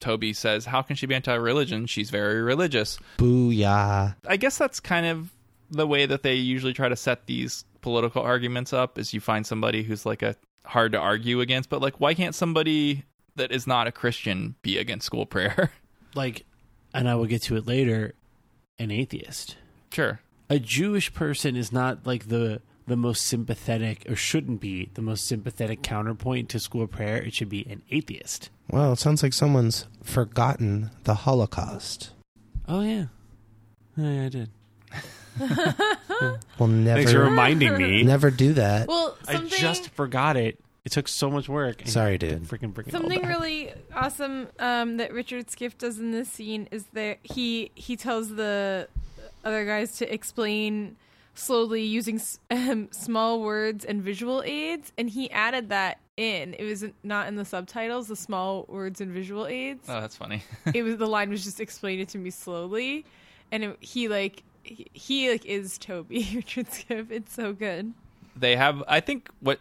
S1: Toby says, How can she be anti religion? She's very religious.
S2: Booyah.
S1: I guess that's kind of the way that they usually try to set these political arguments up is you find somebody who's like a hard to argue against, but like why can't somebody that is not a Christian be against school prayer?
S13: Like, and I will get to it later. An atheist.
S1: Sure.
S13: A Jewish person is not like the the most sympathetic, or shouldn't be the most sympathetic counterpoint to school prayer. It should be an atheist.
S2: Well, it sounds like someone's forgotten the Holocaust.
S13: Oh yeah, oh, yeah I did.
S2: We'll never.
S13: Thanks for reminding me.
S2: Never do that.
S3: Well,
S13: I just forgot it. It took so much work. and
S2: Sorry,
S13: I didn't
S2: dude.
S13: Freaking bring it all
S3: Something
S13: back.
S3: really awesome um, that Richard Skiff does in this scene is that he he tells the other guys to explain slowly using s- um, small words and visual aids, and he added that in. It was not in the subtitles, the small words and visual aids.
S1: Oh, that's funny.
S3: it was the line was just explain it to me slowly, and it, he like he, he like is Toby Richard Skiff. It's so good.
S1: they have i think what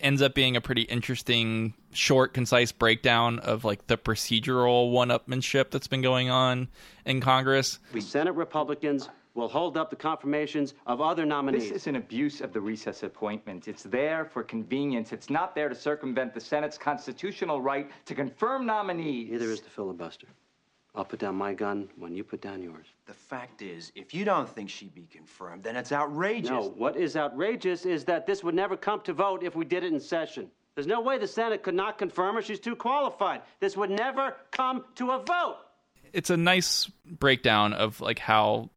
S1: ends up being a pretty interesting short concise breakdown of like the procedural one-upmanship that's been going on in congress
S7: We Senate Republicans will hold up the confirmations of other nominees.
S16: This is an abuse of the recess appointment. It's there for convenience. It's not there to circumvent the Senate's constitutional right to confirm nominees.
S7: Neither is the filibuster. I'll put down my gun when you put down yours.
S17: The fact is, if you don't think she'd be confirmed, then it's outrageous.
S7: No, what is outrageous is that this would never come to vote if we did it in session. There's no way the Senate could not confirm her. She's too qualified. This would never come to a vote.
S1: it's a nice breakdown of like how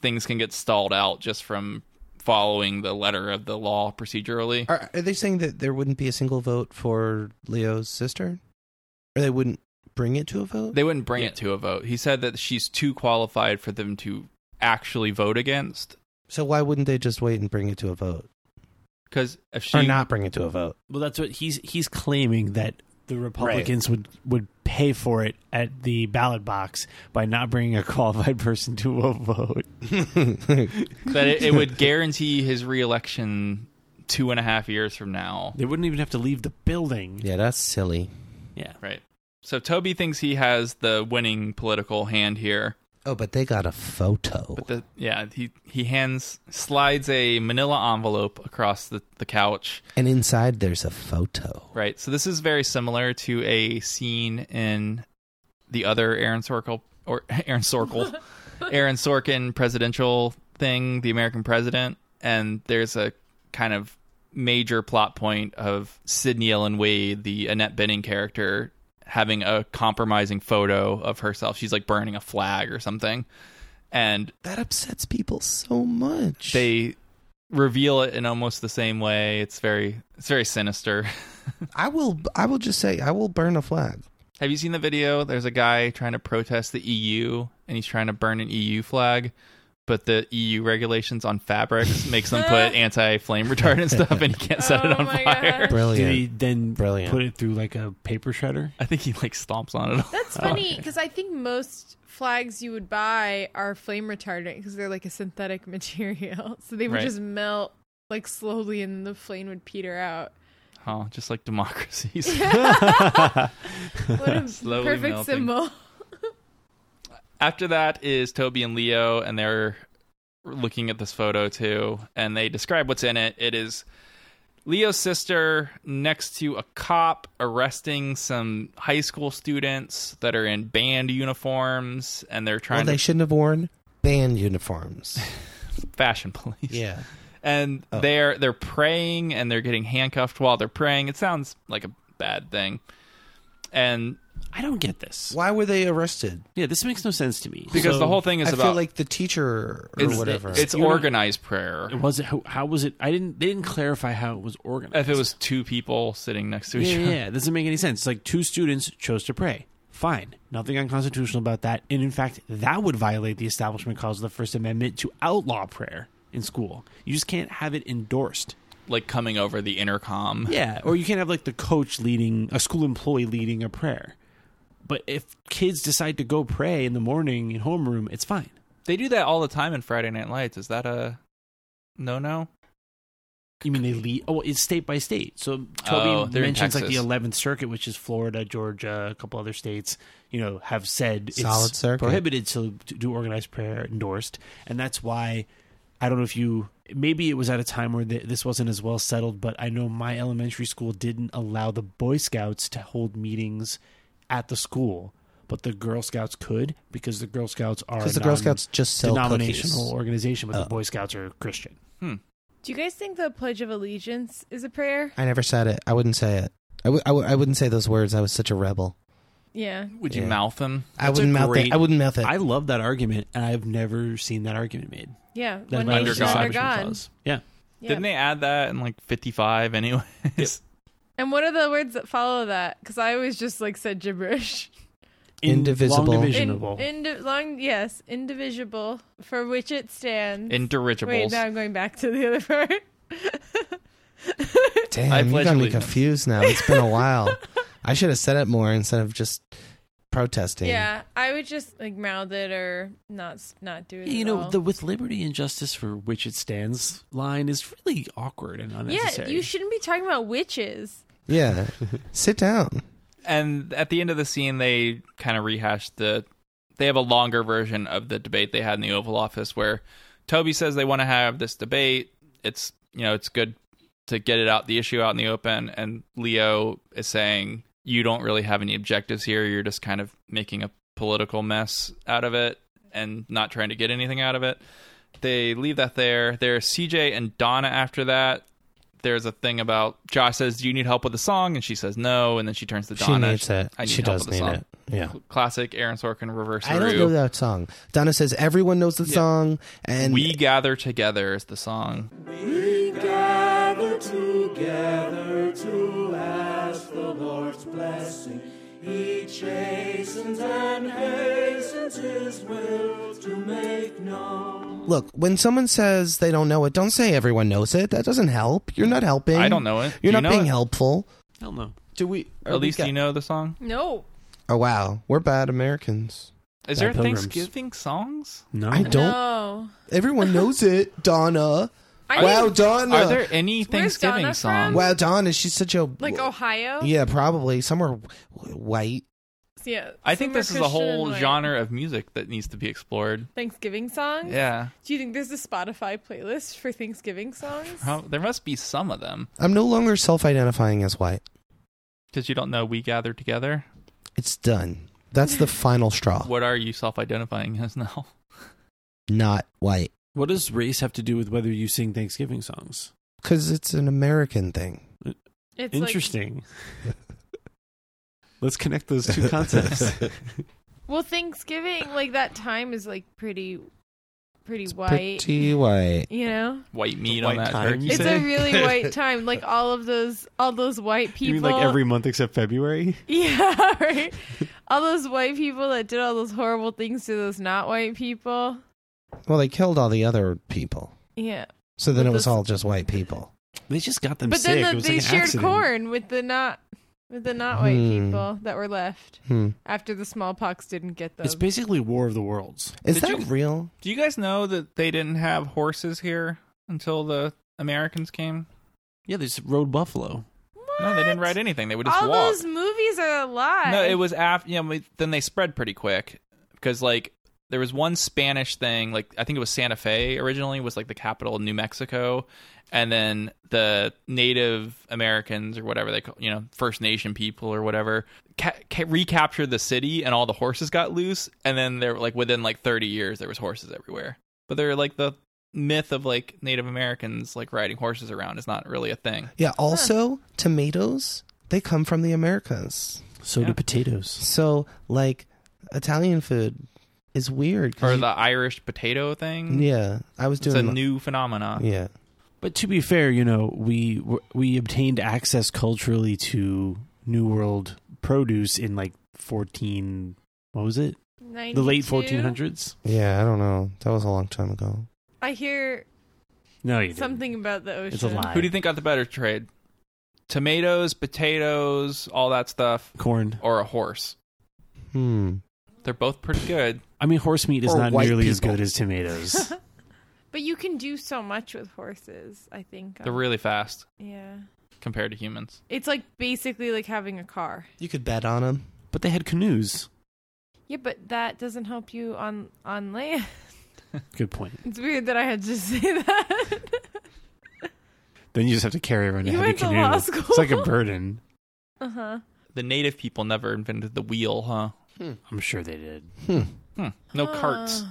S1: things can get stalled out just from following the letter of the law procedurally
S2: Are, are they saying that there wouldn't be a single vote for Leo's sister? Or they wouldn't bring it to a vote?
S1: they wouldn't bring it to a vote he said that she's too qualified for them to actually vote against
S2: So why wouldn't they just wait and bring it to a vote?
S1: because if she
S2: Or not bring it to a vote?
S13: Well, that's what he's he's claiming that the Republicans would would pay for it at the ballot box by not bringing a qualified person to a vote.
S1: that it, it would guarantee his reelection two and a half years from now
S13: They wouldn't even have to leave the building.
S2: Yeah, that's silly.
S13: Yeah.
S1: Right. So Toby thinks he has the winning political hand here.
S2: Oh, but they got a photo.
S1: But the, yeah, he he hands slides a manila envelope across the, the couch.
S2: And inside there's a photo.
S1: Right. So this is very similar to a scene in the other Aaron Sorkel or Aaron Sorkel, Aaron Sorkin presidential thing, the American president, and there's a kind of major plot point of Sidney Ellen Wade, the Annette Benning character, having a compromising photo of herself. She's like burning a flag or something. And
S2: that upsets people so much.
S1: They reveal it in almost the same way. It's very it's very sinister.
S2: I will I will just say I will burn a flag.
S1: Have you seen the video? There's a guy trying to protest the EU and he's trying to burn an EU flag, but the EU regulations on fabrics makes them put anti flame retardant stuff and he can't
S3: Oh
S1: set it on fire.
S2: Brilliant.
S13: Did he then
S2: Brilliant.
S13: put it through like a paper shredder?
S1: I think he like stomps on it.
S3: That's funny because I think most flags you would buy are flame retardant because they're like a synthetic material, so they would
S1: Right.
S3: just melt like slowly, and the flame would peter out.
S1: Oh, just like democracies.
S3: What a
S1: Slowly
S3: perfect
S1: melting.
S3: symbol.
S1: After that is Toby and Leo, and they're looking at this photo too, and they describe what's in it. It is Leo's sister next to a cop arresting some high school students that are in band uniforms, and they're
S2: Well,
S1: trying
S2: they
S1: to
S2: shouldn't have worn band uniforms.
S1: fashion police.
S2: Yeah. Oh.
S1: And they're they're praying and they're getting handcuffed while they're praying. It sounds like a bad thing. And
S13: I don't get this.
S2: Why were they arrested?
S13: Yeah, this makes no sense to me.
S1: Because the whole thing is
S2: I feel
S1: about-
S2: like the teacher or
S1: It's-
S2: whatever.
S1: it's
S13: You're not-
S1: organized prayer.
S13: It was it how, how was it? I didn't. They didn't clarify how it was organized.
S1: If it was two people sitting next to each
S13: yeah,
S1: other.
S13: yeah, yeah, it doesn't make any sense. It's like two students chose to pray. Fine, nothing unconstitutional about that. And in fact, that would violate the Establishment Clause of the First Amendment to outlaw prayer in school. You just can't have it endorsed.
S1: like coming over the intercom.
S13: Yeah, or you can't have like the coach leading a school employee leading a prayer. But if kids decide to go pray in the morning in homeroom, it's fine.
S1: They do that all the time in Friday Night Lights. Is that a no no?
S13: You mean they lead? Oh, it's state by state. So
S1: Oh,
S13: Toby
S1: they're in
S13: mentions like the
S1: Texas.
S13: Eleventh Circuit, which is Florida, Georgia, a couple other states. You know, have said
S2: Solid
S13: it's
S2: circuit.
S13: prohibited to, to do organized prayer endorsed, and that's why I don't know if you maybe it was at a time where th this wasn't as well settled, but I know my elementary school didn't allow the Boy Scouts to hold meetings at the school. But the Girl Scouts could because the Girl Scouts are
S2: 'Cause the Girl Scouts just sell cookies.
S13: denominational organization, but
S2: Oh.
S13: the Boy Scouts are Christian.
S3: Do you guys think the Pledge of Allegiance is a prayer?
S2: I never said it. I wouldn't say it. I w- I, w- I wouldn't say those words. I was such a rebel.
S3: Yeah.
S1: Would you
S2: Yeah.
S1: mouth them?
S2: I wouldn't mouth it. I wouldn't mouth it.
S13: I love that argument, and I've never seen that argument made.
S3: Yeah,
S13: That
S3: one nation
S13: violates the
S3: under
S13: Establishment
S3: God.
S13: Clause. Yeah.
S3: Yeah.
S1: Didn't they add that in like fifty five anyways?
S3: And what are the words that follow that? Because I always just like said gibberish.
S2: Indivisible.
S13: Long
S3: In-
S13: divisionable.
S3: indi- long, yes, indivisible, for which it stands. Wait,
S1: Indirigibles.
S3: now I'm going back to the other part.
S1: I
S2: Damn, you
S1: pledge
S2: got me
S1: allegiance.
S2: confused now. It's been a while. I should have said it more instead of just protesting.
S3: Yeah, I would just like mouth it or not s- not do it.
S13: Yeah, you
S3: at
S13: know,
S3: all.
S13: the with liberty and justice for which it stands line is really awkward and
S3: yeah,
S13: unnecessary.
S3: you shouldn't be talking about witches.
S2: Yeah. Sit down.
S1: And at the end of the scene they kind of rehash the they have a longer version of the debate they had in the Oval Office where Toby says they want to have this debate. It's you know, it's good to get it out the issue out in the open and Leo is saying you don't really have any objectives here. You're just kind of making a political mess out of it and not trying to get anything out of it. They leave that there. There's CJ and Donna after that. There's a thing about Josh says, "Do you need help with the song?" and she says, "No," and then she turns to
S2: She
S1: Donna.
S2: needs it.
S1: I need
S2: She
S1: help
S2: does
S1: with the
S2: need
S1: song.
S2: it. Yeah.
S1: Cl- Classic Aaron Sorkin reverse.
S2: I don't
S1: Haru.
S2: know that song. Donna says everyone knows the song, and
S1: we gather together is the song.
S18: We gather together to ask the Lord's blessing. He chastens and hastens his will to make known.
S2: look when someone says they don't know it, don't say everyone knows it. That doesn't help. You're not helping.
S1: I don't know it. Do
S2: You're
S1: you
S2: not
S1: know
S2: being
S1: it?
S2: helpful.
S13: Hell no. Do we?
S1: At least you know the song.
S3: No,
S2: Oh wow, we're bad Americans.
S1: Is
S2: Bad
S1: there
S2: pilgrims.
S1: Thanksgiving songs?
S13: No,
S2: I don't.
S3: No.
S2: Everyone knows it, Donna.
S3: Oh. I
S2: wow,
S3: think-
S2: Donna.
S1: Are there any Thanksgiving
S3: Donna from?
S1: songs?
S2: Wow, Donna. She's such a
S3: like Ohio.
S2: yeah, probably somewhere w- white.
S3: yeah.
S1: I think
S3: some are
S1: this is a
S3: Christian
S1: whole
S3: and white.
S1: genre of music that needs to be explored.
S3: Thanksgiving songs.
S1: Yeah.
S3: Do you think there's a Spotify playlist for Thanksgiving songs?
S1: How, there must be some of them
S2: I'm no longer self identifying as white.
S1: because you don't know we gather together.
S2: It's done. That's the final straw.
S1: What are you self-identifying as now?
S2: Not white.
S13: What does race have to do with whether you sing Thanksgiving songs?
S2: Because it's an American thing.
S3: It's like-
S13: Interesting. Let's connect those two concepts.
S3: well, Thanksgiving, like that time is like pretty, pretty white.
S2: Pretty white.
S3: You know,
S1: White meat
S13: White
S1: on that
S13: time,
S1: turkey.
S13: you
S3: it's
S13: say?
S3: a really white time. Like all of those, all those white people.
S13: You mean like every month except February?
S3: Yeah, right. all those white people that did all those horrible things to those not white people.
S2: Well, they killed all the other people.
S3: Yeah.
S2: So then
S3: But
S2: it was
S3: this-
S2: all just white people.
S13: They just got them
S3: but then the, they shared corn with the not with the not white
S13: Hmm.
S3: people that were left
S13: Hmm.
S3: after the smallpox didn't get them.
S13: It's basically War of the Worlds.
S2: Is that real?
S1: Do you guys know that they didn't have horses here until the Americans came?
S13: Yeah, they just rode buffalo.
S1: No, they didn't ride anything. They would just
S3: all
S1: walk.
S3: those movies are a lie.
S1: No, it was after. Yeah, we- then they spread pretty quick because like there was one Spanish thing. Like I think it was Santa Fe originally was like the capital of New Mexico, and then the Native Americans or whatever they call you know First Nation people or whatever ca- ca- recaptured the city, and all the horses got loose. And then there like within like thirty years there was horses everywhere. But they're like the myth of like Native Americans like riding horses around is not really a thing.
S2: Yeah, also, tomatoes, they come from the Americas.
S13: So do potatoes.
S2: So, like, Italian food is weird. 'cause
S1: Or
S2: you-
S1: the Irish potato thing.
S2: Yeah, I was
S1: It's
S2: doing
S1: a
S2: the-
S1: new phenomenon.
S2: yeah.
S13: But to be fair, you know, we were- we obtained access culturally to New World produce in like 14 what was it? The late
S3: 92?
S13: 1400s?
S2: Yeah, I don't know. That was a long time ago.
S3: I hear
S13: No,
S3: something about the ocean.
S1: Who do you think got the better trade? Tomatoes, potatoes, all that stuff.
S13: Corn.
S1: Or a horse.
S2: Hmm.
S1: They're both pretty good.
S13: I mean, horse meat is
S1: Or
S13: not
S1: white
S13: nearly as
S1: people.
S13: good as tomatoes.
S3: But you can do so much with horses. I think um,
S1: They're really fast
S3: Yeah,
S1: compared to humans.
S3: it's like basically like having a car.
S2: You could bet on them.
S13: But they had canoes.
S3: Yeah, but that doesn't help you on on land.
S13: Good point.
S3: It's weird that I had to say that.
S13: Then you just have to carry around a
S3: You
S13: heavy
S3: went to
S13: canoe.
S3: law
S13: It's like a
S3: school.
S13: burden.
S3: Uh huh.
S1: The native people never invented the wheel, huh?
S13: I'm sure they did.
S2: Hmm.
S1: No carts.
S3: Uh,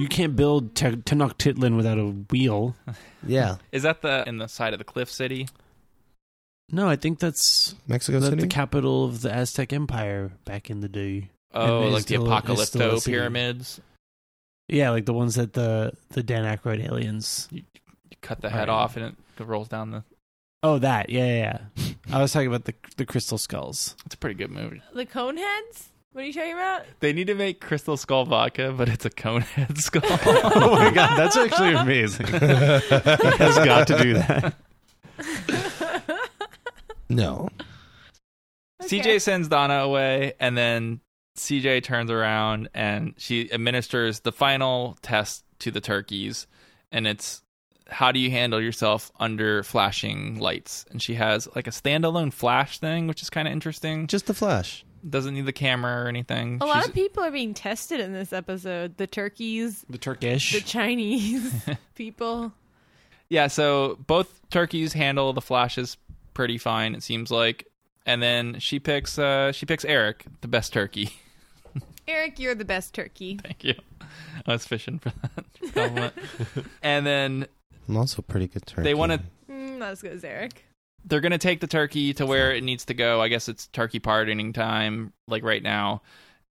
S13: You can't build Te- Tenochtitlan without a wheel.
S2: Yeah.
S1: Is that the in the side of the cliff city?
S13: No, I think that's
S2: Mexico
S13: that's
S2: City?
S13: the capital of the Aztec Empire back in the day.
S1: Oh,
S13: And it's
S1: like the
S13: still- it's still a
S1: apocalypto
S13: city.
S1: pyramids.
S13: Yeah, like the ones that the the Dan Aykroyd aliens.
S1: You cut the head
S13: Right.
S1: off and it rolls down the.
S13: Oh, that. Yeah, yeah. yeah. I was talking about the the crystal skulls.
S1: It's a pretty good movie.
S3: The cone heads? What are you talking about?
S1: They need to make crystal skull vodka, but it's a cone head skull.
S13: oh my god, that's actually amazing. has got to do that.
S2: No.
S1: CJ sends Donna away, and then CJ turns around and she administers the final test to the turkeys, and it's how do you handle yourself under flashing lights? And she has like a standalone flash thing, which is kind of interesting.
S2: Just the flash.
S1: Doesn't need the camera or anything.
S3: A lot
S1: She's-
S3: of people are being tested in this episode. The turkeys,
S13: The Turkish.
S3: the Chinese people.
S1: yeah, so both turkeys handle the flashes pretty fine, it seems like. And then she picks uh she picks Eric, the best turkey.
S3: Eric, you're the best turkey.
S1: Thank you. I was fishing for that compliment. and then
S2: I'm also pretty good turkey.
S1: they want to
S3: Mm, not as good as Eric.
S1: they're going to take the turkey to where it needs to go. I guess it's turkey pardoning time, like right now.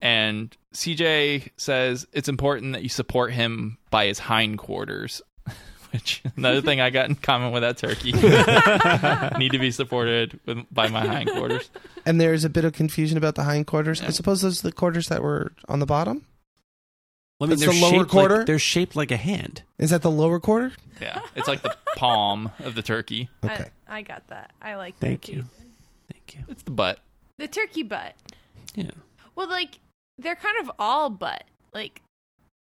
S1: And CJ says it's important that you support him by his hindquarters, which another thing I got in common with that turkey. Need to be supported with, by my hindquarters.
S2: And there's a bit of confusion about the hindquarters. I suppose those are the quarters that were on the bottom.
S13: I mean,
S2: That's
S13: they're
S2: the lower
S13: shaped like-
S2: quarter?
S13: they're shaped like a hand.
S2: Is that the lower quarter?
S1: Yeah, it's like the palm of the turkey.
S2: Okay.
S3: I, I got that. I like
S13: Thank
S3: turkey.
S13: you.
S1: It's the butt.
S3: The turkey butt.
S13: Yeah.
S3: Well, like, they're kind of all butt. Like,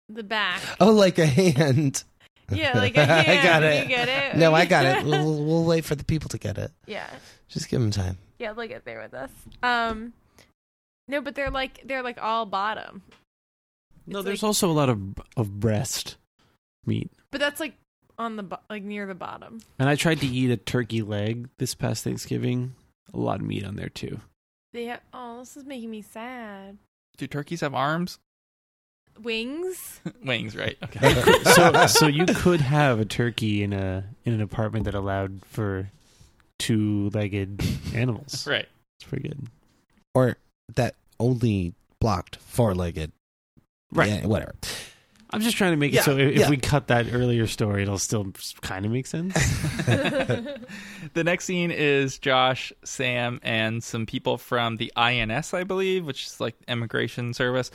S3: the back.
S2: Oh, like a hand.
S3: Yeah, like a hand.
S2: I got it.
S3: You get it?
S2: No, I got it. We'll, we'll wait for the people to get it.
S3: Yeah.
S2: Just give them time.
S3: Yeah, they'll get there with us. Um, No, but they're like they're like all bottom.
S13: No, there's also a lot of of breast meat.
S3: But that's like on the bo- like near the bottom.
S13: And I tried to eat a turkey leg this past Thanksgiving. A lot of meat on there too.
S3: They have oh, this is making me sad.
S1: Do turkeys have arms?
S3: Wings?
S1: Wings, right? Okay.
S13: so so you could have a turkey in a in an apartment that allowed for two-legged animals.
S1: Right.
S13: It's pretty good.
S2: or that only blocked four-legged.
S13: Right.
S2: Yeah, whatever.
S13: I'm just trying to make
S2: Yeah,
S13: it so if, if
S2: yeah.
S13: we cut that earlier story, it'll still kind of make sense.
S1: the next scene is Josh, Sam, and some people from the INS, I believe, which is like immigration service.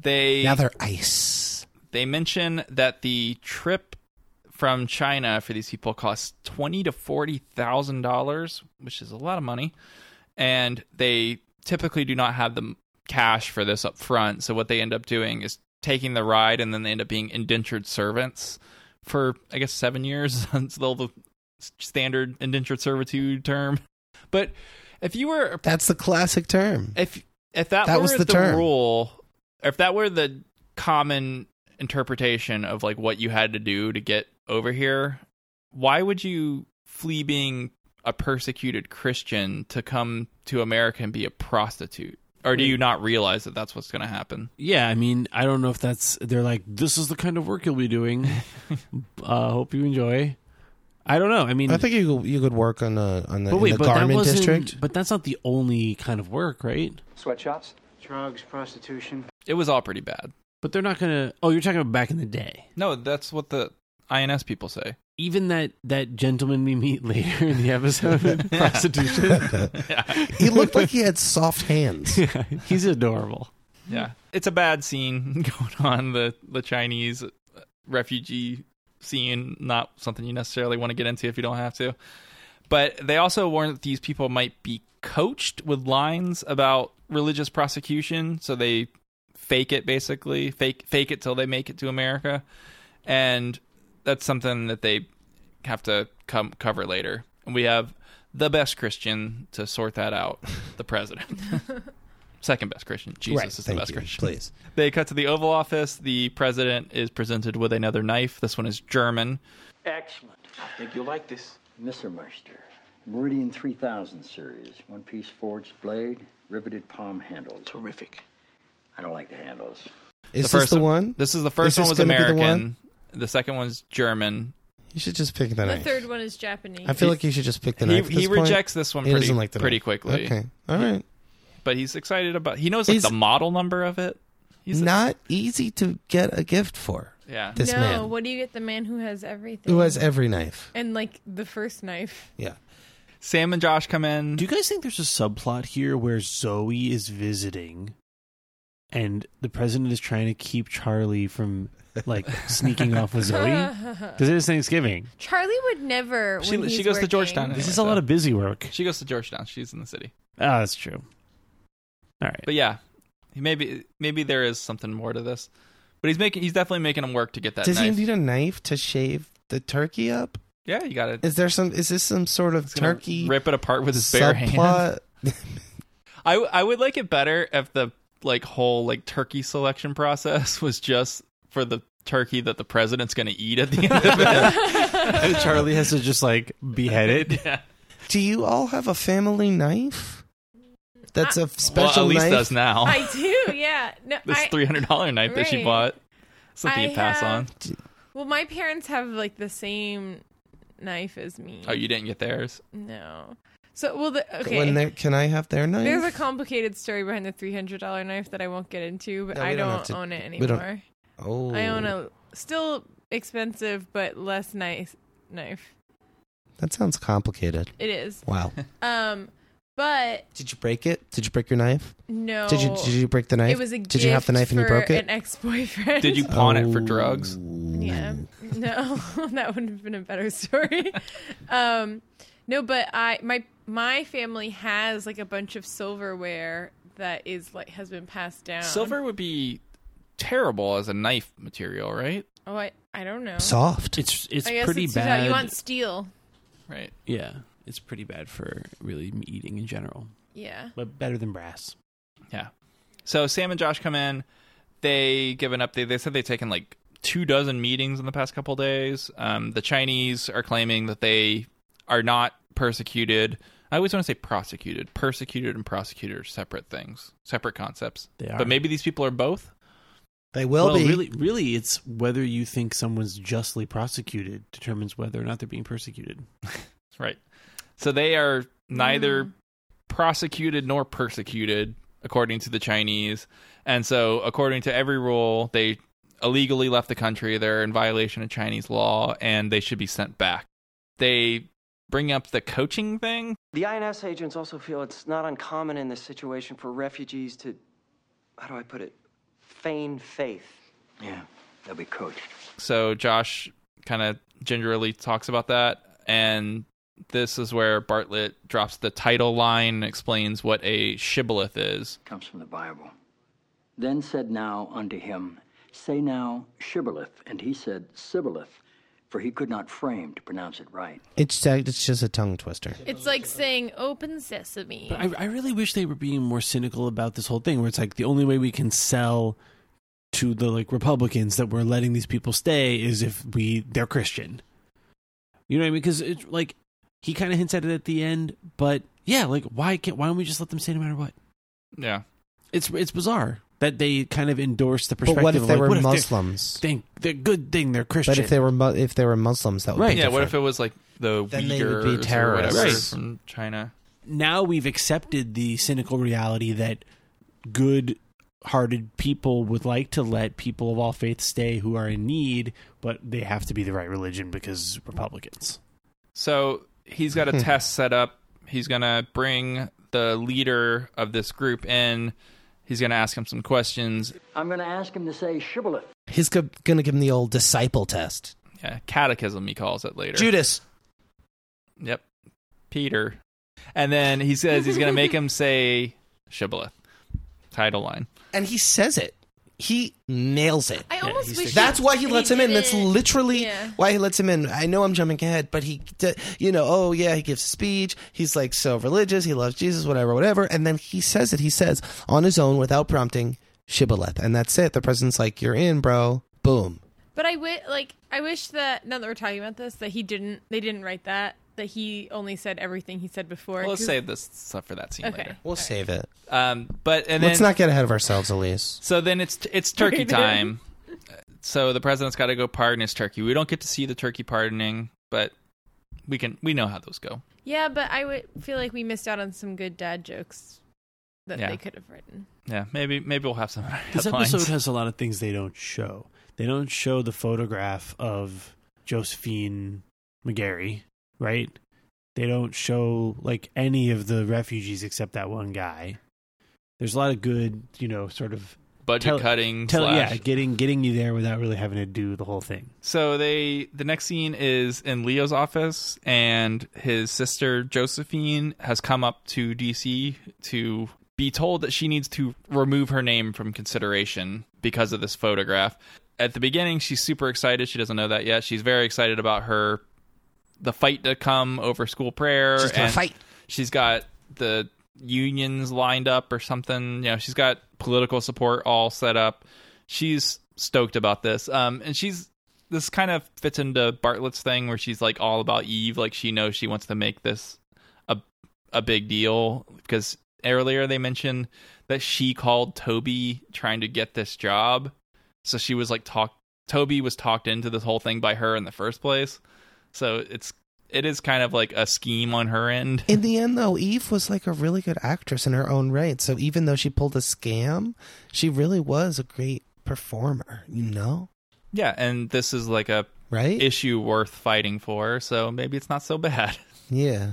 S1: They
S2: Now they're ice.
S1: they mention that the trip from China for these people costs twenty to forty thousand dollars, which is a lot of money, and they typically do not have the m- cash for this up front. So what they end up doing is taking the ride, and then they end up being indentured servants for I guess seven years until the s- standard indentured servitude term. But if you were
S2: That's the classic term.
S1: if if that,
S2: That
S1: were
S2: was
S1: the,
S2: the term.
S1: rule, or if that were the common interpretation of like what you had to do to get over here, why would you flee being a persecuted Christian to come to America and be a prostitute? Or do you not realize that that's what's going to happen?
S13: Yeah, I mean, I don't know if that's they're like this is the kind of work you'll be doing. uh, hope you enjoy. I don't know. I mean,
S2: I think you could- you could work on the on the,
S13: but
S2: in
S13: wait,
S2: the
S13: but that
S2: garment
S13: wasn't,
S2: district.
S13: But that's not the only kind of work, right?
S11: Sweatshops? Drugs, prostitution.
S1: It was all pretty bad.
S13: But they're not gonna. Oh, you're talking about back in the day.
S1: No, that's what the INS people say.
S13: Even that that gentleman we meet later in the episode, prostitution.
S2: he looked like he had soft hands.
S13: He's adorable.
S1: Yeah. It's a bad scene going on the the Chinese refugee scene, not something you necessarily want to get into if you don't have to. But they also warn that these people might be coached with lines about religious prosecution, so they fake it basically, fake fake it till they make it to America. And that's something that they have to come cover later. And we have the best Christian to sort that out, the president. Second best Christian. Jesus
S2: Right,
S1: is the
S2: thank
S1: best
S2: you,
S1: Christian.
S2: please.
S1: They cut to the Oval Office. The president is presented with another knife. This one is German.
S11: Excellent.
S17: I think you'll like this.
S12: Messermeister, Meridian 3000 series, one piece forged blade, riveted palm handle. Terrific. I don't like the handles.
S2: Is this the one?
S1: This is the first
S2: Is
S1: one
S2: this
S1: was
S2: gonna be the
S1: American. The,
S2: one?
S1: second one's German.
S2: You should just pick the
S3: The
S2: knife.
S3: third one is Japanese.
S2: I feel like you should just pick the
S1: He-
S2: knife. at
S1: he
S2: this point.
S1: rejects this one
S2: He
S1: pretty-
S2: doesn't like the
S1: pretty
S2: knife.
S1: quickly.
S2: Okay, all right.
S1: But he's excited about. He knows like the model number of it. He's a-
S2: not easy to get a gift for.
S1: Yeah.
S2: This
S3: no,
S2: man
S3: what do you get the man who has everything?
S2: who has every knife.
S3: and like the first knife.
S2: Yeah.
S1: Sam and Josh come in.
S13: Do you guys think there's a subplot here where Zoe is visiting and the president is trying to keep Charlie from like sneaking off with Zoe? Because it is Thanksgiving.
S3: Charlie would never.
S1: She,
S3: when
S1: she
S3: he's
S1: goes to
S3: working.
S1: Georgetown.
S13: This
S1: anyway,
S13: is a lot
S1: so-
S13: of busy work.
S1: She goes to Georgetown. She's in the city.
S13: Ah, that's true. All right.
S1: But yeah, maybe maybe there is something more to this. But he's making he's definitely making him work to get that
S2: Does
S1: knife.
S2: he need a knife to shave the turkey up?
S1: yeah, you got to
S2: Is there some? Is this some sort of
S1: gonna
S2: turkey
S1: rip it apart with his bare
S2: subplot?
S1: I I would like it better if the like whole like turkey selection process was just for the turkey that the president's going to eat at the end of
S13: And Charlie has to just like behead it.
S1: Yeah.
S2: Do you all have a family knife? That's
S3: Uh,
S2: a
S1: Well,
S2: special
S1: at least
S2: knife.
S1: does now.
S3: I do. Yeah. No.
S1: this
S3: I,
S1: three hundred dollar knife that she
S3: Right.
S1: bought. Something you
S3: I
S1: pass
S3: have-
S1: on.
S3: Well, my parents have like the same knife as me.
S1: Oh, you didn't get theirs.
S3: No. So well, the, okay.
S2: When they- can I have their knife?
S3: There's a complicated story behind the three hundred dollar knife that I won't get into, but
S2: No, we
S3: I
S2: don't
S3: don't,
S2: have to-
S3: own it
S2: we don't-
S3: anymore.
S2: Oh,
S3: I own a still expensive but less nice knife.
S2: That sounds complicated.
S3: It is.
S2: Wow.
S3: Um, but
S2: Did you break it? Did you break your knife?
S3: no.
S2: Did you did you break the knife?
S3: It was a
S2: did you have the
S3: gift
S2: knife and you
S3: for
S2: broke it?
S3: An ex-boyfriend.
S1: Did you pawn it for
S2: Oh.
S1: drugs?
S3: Yeah. Um, No, that would have been a better story. um, no, but I my my family has like a bunch of silverware that is like has been passed down.
S1: Silver would be terrible as a knife material, right?
S3: Oh, I I don't know.
S2: Soft.
S13: It's it's
S3: I guess
S13: pretty
S3: it's too soft.
S13: bad.
S3: You want steel?
S1: Right.
S13: yeah, it's pretty bad for really eating in general,
S3: Yeah.
S13: but better than brass.
S1: Yeah. So Sam and Josh come in. They give an update. They said they've taken like two dozen meetings in the past couple days. Um, the Chinese are claiming that they are not persecuted. I always want to say prosecuted. Persecuted and prosecuted are separate things, separate concepts.
S13: They are.
S1: But maybe these people are both.
S2: They
S1: will
S13: well,
S1: be.
S13: Really, really, it's whether you think someone's justly prosecuted determines whether or not they're being persecuted.
S1: Right. So they are neither prosecuted nor persecuted, according to the Chinese. And so, according to every rule, they illegally left the country. They're in violation of Chinese law and they should be sent back. They bring up the coaching thing.
S9: The INS agents also feel it's not uncommon in this situation for refugees to, how do I put it, feign faith.
S12: Yeah, they'll be coached.
S1: So, Josh kind of gingerly talks about that. And this is where Bartlett drops the title line and explains what a shibboleth is.
S12: Comes from the Bible. Then said now unto him, Say now shibboleth. And he said sibboleth, for he could not frame to pronounce it right.
S2: It's it's just a tongue twister.
S3: It's like saying open sesame.
S13: But I, I really wish they were being more cynical about this whole thing, where it's like the only way we can sell to the like Republicans that we're letting these people stay is if we they're Christian. You know what I mean? Because it's like he kind of hints at it at the end, but yeah, like why can't why don't we just let them stay no matter what?
S1: Yeah.
S13: It's it's bizarre that they kind of endorse the
S2: But
S13: perspective.
S2: what if
S13: of,
S2: they
S13: like,
S2: were
S13: what if they're-
S2: Muslims?
S13: Think they're good thing they're Christian.
S2: But if they were mu- if they were Muslims, that would be
S1: Yeah, what
S2: different.
S1: if it was like the
S2: Then they would
S1: Uyghurs
S2: be
S1: or whatever
S2: terrorists.
S1: from China?
S13: now we've accepted the cynical reality that good hearted people would like to let people of all faiths stay who are in need, but they have to be the right religion because Republicans.
S1: So he's got a test set up. He's going to bring the leader of this group in. He's going to ask him some questions.
S12: I'm going to ask him to say shibboleth.
S2: He's go- gonna give him the old disciple test.
S1: Yeah, catechism, he calls it later.
S2: Judas.
S1: Yep. Peter. And then he says he's going to make him say shibboleth. Title line.
S2: and he says it. He nails it.
S1: I Yeah, almost he's wish the-
S2: that's why he
S1: he
S2: lets him in.
S1: did
S2: That's
S1: it.
S2: literally
S1: Yeah.
S2: why he lets him in. I know I'm jumping ahead, but he, d- you know, oh yeah, he gives a speech. He's like so religious. He loves Jesus, whatever, whatever. And then he says it. He says on his own without prompting shibboleth, and that's it. The president's like, "You're in, bro." Boom.
S3: But I wish, like, I wish that now that we're talking about this, that he didn't. They didn't write that. That he only said everything he said before.
S1: Well, let's
S3: 'cause-
S1: save this stuff for that scene
S3: Okay.
S1: later.
S2: We'll save it.
S1: Um, but and
S2: Let's
S1: then,
S2: not get ahead of ourselves, Elise.
S1: So then it's it's turkey
S2: Right.
S1: time. So the president's got to go pardon his turkey. We don't get to see the turkey pardoning, but we can we know how those go.
S3: Yeah, but I would feel like we missed out on some good dad jokes that
S1: Yeah.
S3: they could have written.
S1: Yeah, maybe maybe we'll have some.
S13: This
S1: headlines.
S13: episode has a lot of things they don't show. They don't show the photograph of Josephine McGarry, right? They don't show like any of the refugees except that one guy. There's a lot of good, you know, sort of
S1: Budget cutting slash-
S13: yeah, getting getting you there without really having to do the whole thing.
S1: So they the next scene is in Leo's office and his sister Josephine has come up to DC to be told that she needs to remove her name from consideration because of this photograph. At the beginning she's super excited, she doesn't know that yet. She's very excited about her the fight to come over school prayer
S2: She's gonna
S1: and
S2: fight.
S1: She's got the unions lined up or something. You know, she's got political support all set up. She's stoked about this. Um, and she's this kind of fits into Bartlett's thing where she's like all about Eve. Like she knows she wants to make this a a big deal because earlier they mentioned that she called Toby trying to get this job. So she was like talk Toby was talked into this whole thing by her in the first place. So it's it is kind of like a scheme on her end.
S2: In the end, though, Eve was like a really good actress in her own right. So even though she pulled a scam, she really was a great performer. You know.
S1: Yeah, and this is like a
S2: right
S1: issue worth fighting for, so maybe it's not so bad.
S2: Yeah.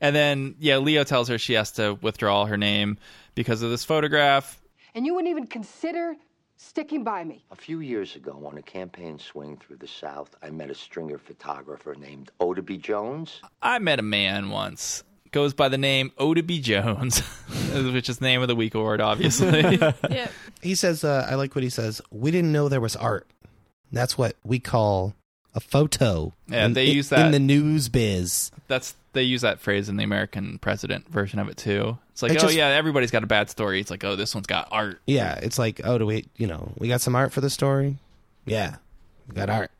S1: And then yeah, Leo tells her she has to withdraw her name because of this photograph.
S19: And you wouldn't even consider sticking by me.
S10: A few years ago, on a campaign swing through the South, I met a stringer photographer named Oda B. Jones.
S1: I met a man once goes by the name Oda B Jones, which is name of the week award obviously.
S2: He says, uh, I like what he says. We didn't know there was art. That's what we call a photo.
S1: Yeah,
S2: in-
S1: they
S2: in-
S1: use that-
S2: in the news biz.
S1: That's they use that phrase in the American president version of it too. It's like,
S2: It
S1: oh
S2: just-
S1: yeah, everybody's got a bad story. It's like, oh, this one's got art.
S2: Yeah, it's like, oh, do we, you know, we got some art for the story? Yeah, we got art.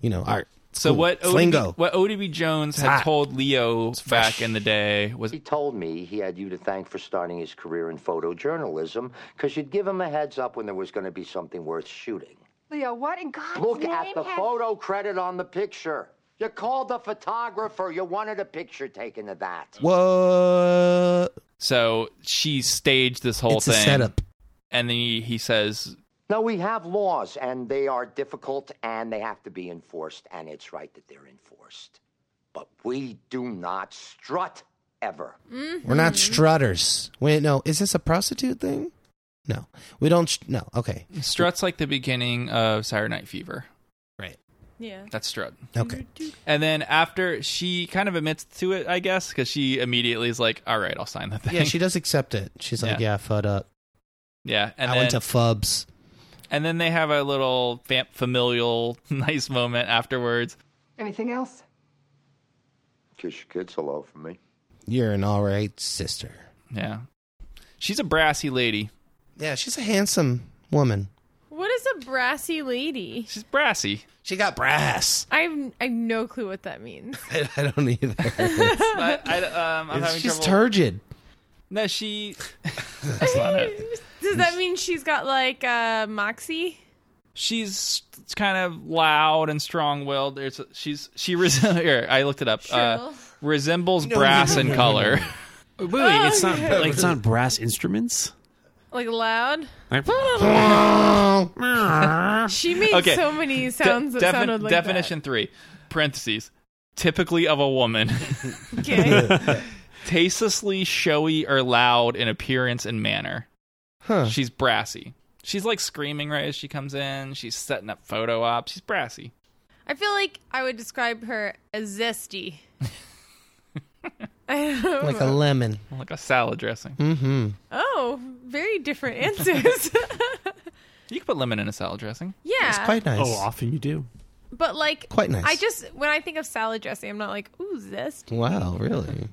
S2: You know, art. It's
S1: So
S2: cool.
S1: what?
S2: It's lingo.
S1: ODB, what ODB Jones
S2: It's
S1: had
S2: hot.
S1: told Leo back in the day was
S10: He told me he had you to thank for starting his career in photojournalism because you'd give him a heads up when there was going to be something worth shooting.
S19: Leo, what in God's
S10: Look
S19: name
S10: at the
S19: has-
S10: photo credit on the picture. You called the photographer. You wanted a picture taken of that.
S2: What?
S1: So she staged this whole
S10: It's a
S1: thing.
S10: setup.
S1: And then he, he says,
S10: No, we have laws, and they are difficult, and they have to be enforced, and it's right that they're enforced. But we do not strut ever.
S2: We're not strutters. Wait, no, is this a prostitute thing? No, we don't. Sh- no, okay,
S1: struts like the beginning of Saturday Night Fever.
S2: Right.
S3: Yeah.
S1: That's strut.
S2: okay.
S1: And then after she kind of admits to it, I guess, because she immediately is like, all right, I'll sign the thing.
S2: Yeah, she does accept it. She's like, yeah,
S1: Yeah.
S2: fud up.
S1: Yeah. And
S2: I
S1: then,
S2: went to fubs.
S1: and then they have a little fam- familial nice moment afterwards.
S19: Anything else?
S10: Kiss your kids hello from me.
S2: You're an all right sister.
S1: Yeah. She's a brassy lady.
S2: Yeah, she's a handsome woman.
S3: What is a brassy lady?
S1: She's brassy.
S2: She got brass.
S3: I've I've no clue what that means.
S2: I, I don't either.
S1: I, I, um, I'm having
S2: she's
S1: trouble.
S2: turgid.
S1: No, she. That's not it.
S3: Does that mean she's got like uh, moxie?
S1: She's kind of loud and strong-willed. There's she's she res- here, I looked it up. Uh, resembles
S13: No, no,
S1: brass
S13: no,
S1: in
S13: no, no,
S1: color.
S13: no. Wait, wait, it's not
S1: Okay.
S13: like it's not brass instruments.
S3: Like loud?
S13: Like-
S3: she made
S1: Okay.
S3: so many sounds
S1: De-
S3: that
S1: defin-
S3: sounded like
S1: definition three, parentheses, typically of a woman.
S3: Okay.
S1: Tastelessly showy or loud in appearance and manner.
S2: Huh.
S1: She's brassy. She's like screaming right as she comes in. She's setting up photo ops. She's brassy.
S3: that. I feel like I would describe her as zesty. I don't
S2: Like a
S3: know.
S2: lemon.
S1: Like a salad dressing.
S2: Mm-hmm.
S3: Oh, very different answers.
S1: You can put lemon in a salad dressing.
S3: Yeah. It's quite nice.
S13: Oh, often you do.
S3: but like
S1: Quite nice.
S3: I just when I think of salad dressing, I'm not like, ooh, zesty.
S2: Wow, really?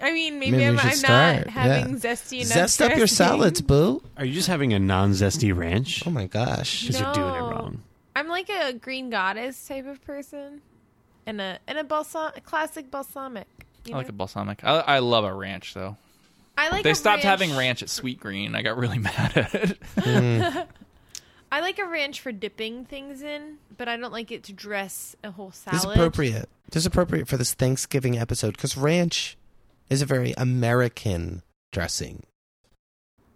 S3: I mean, maybe,
S13: Maybe
S3: I'm,
S13: we should
S3: I'm
S13: start,
S3: not having
S13: yeah.
S3: zesty enough.
S2: Zest up your
S3: dressing.
S2: salads, boo.
S13: Are you just having a non-zesty ranch? Oh
S2: my gosh,
S13: because you're doing it
S3: No.
S13: wrong.
S3: I'm like a green goddess type of person, and a and a balsam, a classic balsamic. You
S1: I like
S3: know?
S1: a balsamic. I, I love a ranch though.
S3: I like.
S1: they
S3: a
S1: stopped
S3: ranch-
S1: having ranch at Sweet Green. I got really mad at it.
S3: I like a ranch for dipping things in, but I don't like it to dress a whole salad.
S2: This is appropriate. This is appropriate for this Thanksgiving episode because ranch is a very American dressing.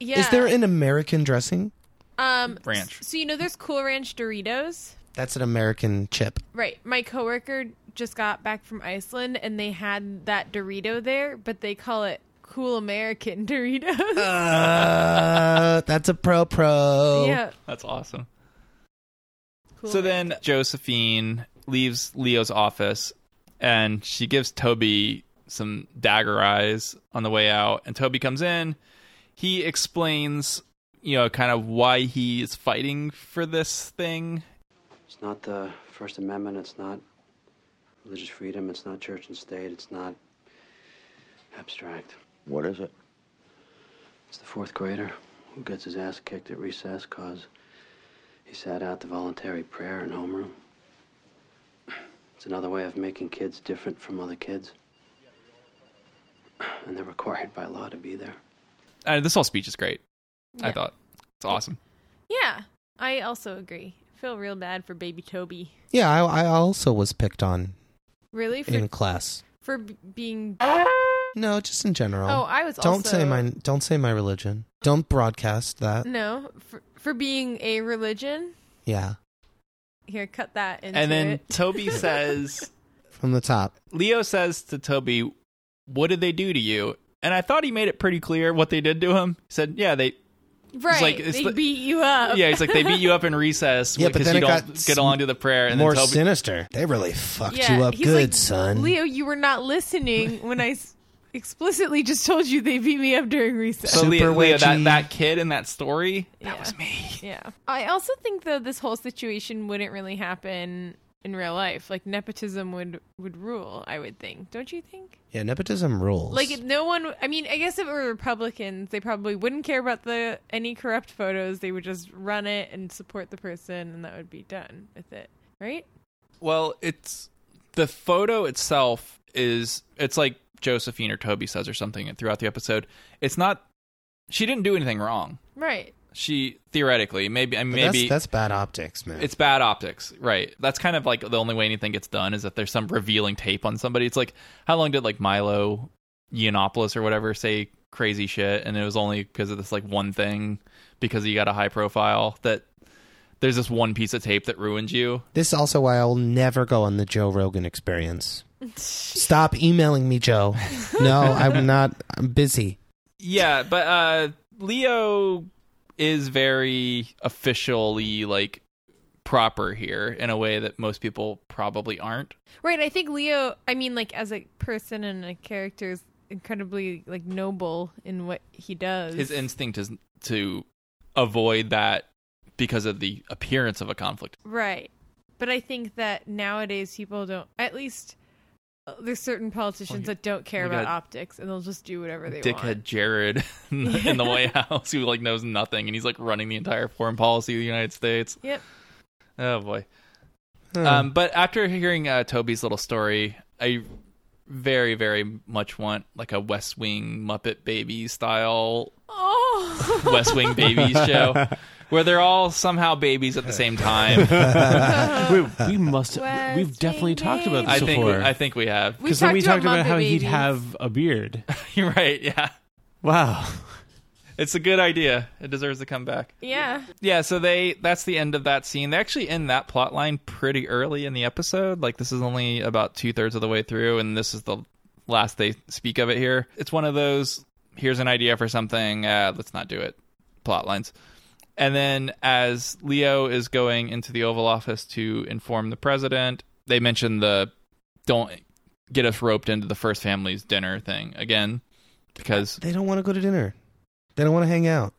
S3: Yeah.
S2: Is there an American dressing?
S3: um
S2: Ranch.
S3: So you know, there's Cool Ranch Doritos.
S2: That's an American chip.
S3: Right. My coworker just got back from Iceland and they had that Dorito there, but they call it Cool American Doritos.
S2: Uh, that's a pro pro.
S3: Yeah.
S1: That's awesome.
S3: Cool
S1: Oh. so then Josephine leaves Leo's office and she gives Toby some dagger eyes on the way out. And Toby comes in. He explains, you know, kind of why he is fighting for this thing.
S17: It's not the First Amendment. It's not religious freedom. It's not church and state. It's not abstract.
S10: What is it?
S17: It's the fourth grader who gets his ass kicked at recess because he sat out the voluntary prayer in homeroom. It's another way of making kids different from other kids. And they're required by law to be there.
S1: Uh, this whole speech is great. I
S3: Yeah.
S1: thought it's awesome.
S3: Yeah. I also agree. Feel real bad for baby Toby.
S2: Yeah, I, I also was picked on
S3: Really for
S2: in class.
S3: for b- being
S2: No, just in general.
S3: Oh, I was
S2: Don't say
S3: also-
S2: my don't say my religion. Don't broadcast that.
S3: No, for, for being a religion.
S2: Yeah,
S3: Here, cut that into
S1: and then
S3: it.
S1: Toby says,
S2: from the top.
S1: Leo says to Toby, "What did they do to you?" And I thought he made it pretty clear what they did to him. He said, "Yeah, they." he's
S3: Right.
S1: like, it's
S3: they
S1: the-
S3: beat you up.
S1: Yeah, he's like they beat you up in recess
S2: Yeah, but
S1: because
S2: then
S1: you
S2: it
S1: don't
S2: got
S1: get along to the prayer. And
S2: More
S1: then Toby,
S2: sinister. They really fucked
S3: Yeah,
S2: you up
S3: he's
S2: good,
S3: like,
S2: son.
S3: Leo, you were not listening when I s- explicitly just told you they beat me up during recess.
S1: So Leo, Leo, that
S2: witchy.
S1: that kid in that story,
S3: That was me. Yeah. I also think though this whole situation wouldn't really happen in real life. Like nepotism would would rule, I would think. Don't you think?
S2: Yeah, nepotism rules.
S3: Like if no one. I mean, I guess if it were Republicans, they probably wouldn't care about the any corrupt photos. They would just run it and support the person, and that would be done with it, right?
S1: Well, it's the photo itself is it's like Josephine or Toby says or something throughout the episode. It's not she didn't do anything wrong.
S3: Right.
S1: She theoretically maybe I mean,
S2: But
S1: maybe
S2: that's, that's bad optics, man.
S1: it's bad optics, right? That's kind of like the only way anything gets done is if there's some revealing tape on somebody. It's like how long did like Milo Yiannopoulos or whatever say crazy shit, and it was only because of this like one thing because he got a high profile that there's this one piece of tape that ruins you.
S2: This is also why I'll never go on the Joe Rogan experience. Stop emailing me, Joe. No, I'm not. I'm busy.
S1: Yeah, but uh Leo is very officially like proper here in a way that most people probably aren't.
S3: Right. I think Leo, I mean, like, as a person and a character, is incredibly, like, noble in what he does.
S1: His instinct is to avoid that because of the appearance of a conflict.
S3: right. But I think that nowadays people don't, at least uh, there's certain politicians
S13: Oh,
S3: that don't care
S1: we
S3: about
S1: got
S3: optics and they'll just do whatever they
S1: Dickhead
S3: want.
S1: Jared in the, in the White House who like knows nothing and he's like running the entire foreign policy of the United States.
S3: Yep.
S1: Oh boy. Um, but after hearing uh, Toby's little story, I very, very much want like a West Wing Muppet Baby style
S3: Oh.
S1: West Wing Babies show where they're all somehow babies at the same time.
S3: Oh.
S13: we, we must. we've definitely talked about this
S1: I think we,
S13: before.
S1: I think we have.
S13: Because then we talked about, how he'd have a beard.
S1: You're right. Yeah.
S13: Wow.
S1: It's a good idea. It deserves to come back.
S3: Yeah.
S1: Yeah, so they that's the end of that scene. They actually end that plot line pretty early in the episode. Like this is only about two thirds of the way through, and this is the last they speak of it here. It's one of those here's an idea for something, uh, let's not do it plot lines. And then as Leo is going into the Oval Office to inform the president, they mention the don't get us roped into the first family's dinner thing again because
S2: They don't want to go to dinner. They don't want to hang out.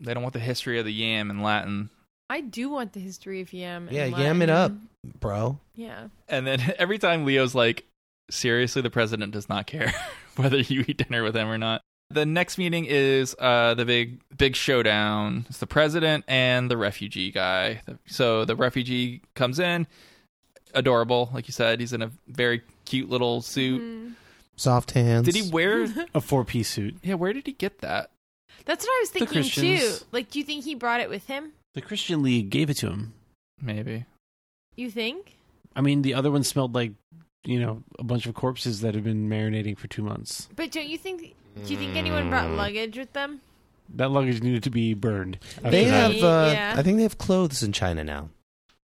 S1: they don't want the history of the yam in Latin.
S3: I do want the history of Yam. and
S2: Yeah,
S3: Latin.
S2: yam it up, bro.
S3: Yeah.
S1: And then every time Leo's like, seriously, the president does not care whether you eat dinner with him or not. The next meeting is uh, the big big showdown. It's the president and the refugee guy. So the refugee comes in, adorable, like you said. He's in a very cute little suit.
S2: Soft hands.
S1: Did he wear?
S13: a four piece suit?
S1: yeah, where did he get that?
S3: That's what I was
S13: The
S3: thinking, too.
S13: Christians.
S3: Like, do you think he brought it with him?
S13: The Christian League gave it to him.
S1: Maybe.
S3: You think?
S13: I mean, the other one smelled like you know a bunch of corpses that had been marinating for two months.
S3: But don't you think, do you think anyone brought
S13: Mm.
S3: luggage with them?
S13: That luggage needed to be burned. after
S2: They
S13: that.
S2: have. Uh,
S3: Yeah.
S2: I think they have clothes in China now.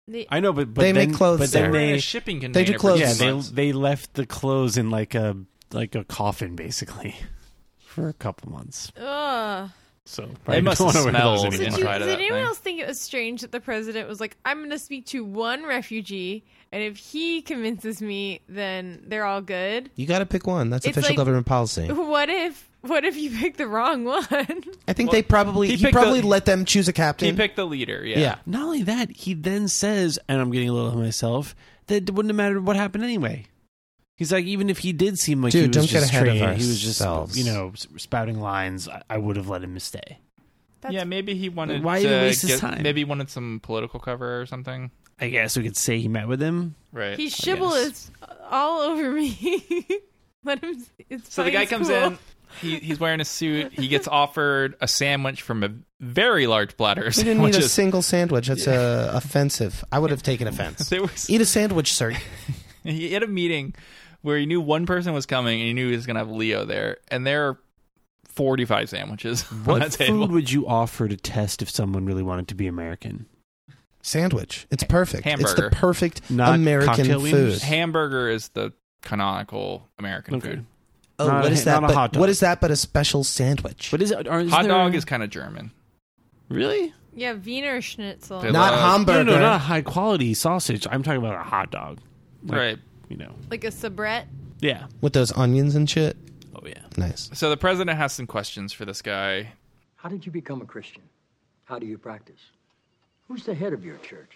S3: They-
S13: I know, but, but
S2: They
S13: then,
S2: make clothes
S13: But then
S2: there.
S13: they
S2: They do
S1: shipping
S2: They do container for clothes.
S13: Yeah,
S2: six
S13: they
S2: months.
S13: they left the clothes in like a like a coffin basically for a couple months.
S3: Ugh.
S13: So
S1: They must have
S13: don't wanna wear those
S1: smelled
S13: anymore.
S1: inside
S3: Did, you-
S1: of
S3: did
S1: that
S3: anyone
S1: thing.
S3: else think it was strange that the president was like, "I'm going to speak to one refugee, and if he convinces me, then they're all good."
S2: You got to pick one. That's
S3: It's
S2: official
S3: like-
S2: government policy.
S3: What if? What if you pick the wrong one?
S2: I think they probably.
S13: he
S2: He,
S13: picked
S2: probably
S13: the-
S2: let them choose a
S1: He
S2: captain.
S1: picked the leader. Yeah.
S13: Not only that, he then says, and I'm getting a little of myself, that it wouldn't have mattered what happened anyway. He's like, even if he did seem like
S2: Dude,
S13: he was
S2: don't get
S13: just
S2: ahead of
S13: straight, he was just
S2: ourselves.
S13: you know s- spouting lines, I, I would have let him stay.
S1: yeah, maybe he wanted.
S13: Why
S1: to
S13: even waste his
S1: get-
S13: time?
S1: Maybe he wanted some political cover or something.
S13: I guess we could say he met with him.
S1: Right.
S3: he shibboleths all over me. Let him. It's
S1: So the
S3: fine,
S1: guy
S3: it's
S1: comes
S3: cool.
S1: in. He, he's wearing a suit. He gets offered a sandwich from a very large platter. of
S2: We didn't need a
S1: sandwiches.
S2: single sandwich. That's uh, offensive. I would have taken offense.
S1: There was-
S2: Eat a sandwich, sir.
S1: He had a meeting where he knew one person was coming and he knew he was going to have Leo there, and there are forty-five sandwiches on
S13: What
S1: that table.
S13: food would you offer to test if someone really wanted to be American?
S2: Sandwich. It's perfect. It's
S1: Hamburger.
S2: the perfect
S13: Not
S2: American
S13: cocktail
S2: food.
S13: wieners?
S1: Hamburger is the canonical American food.
S2: Oh,
S13: Not
S2: what
S13: a-
S2: is that?
S13: not a
S2: but,
S13: hot dog.
S2: What is that? But a special sandwich.
S13: But is it? Are, is
S1: Hot
S13: there-
S1: dog is kind of German.
S13: really
S3: Yeah, Wiener Schnitzel.
S1: They Not love- hum-
S13: No, no,
S2: Hamburger.
S13: not a high quality sausage. I'm talking about a hot dog, Like,
S1: right.
S13: You know,
S3: like a soubrette.
S13: yeah.
S2: with those onions and shit.
S13: Oh yeah.
S2: Nice.
S1: So the president has some questions for this guy.
S12: How did you become a Christian? How do you practice? Who's the head of your church?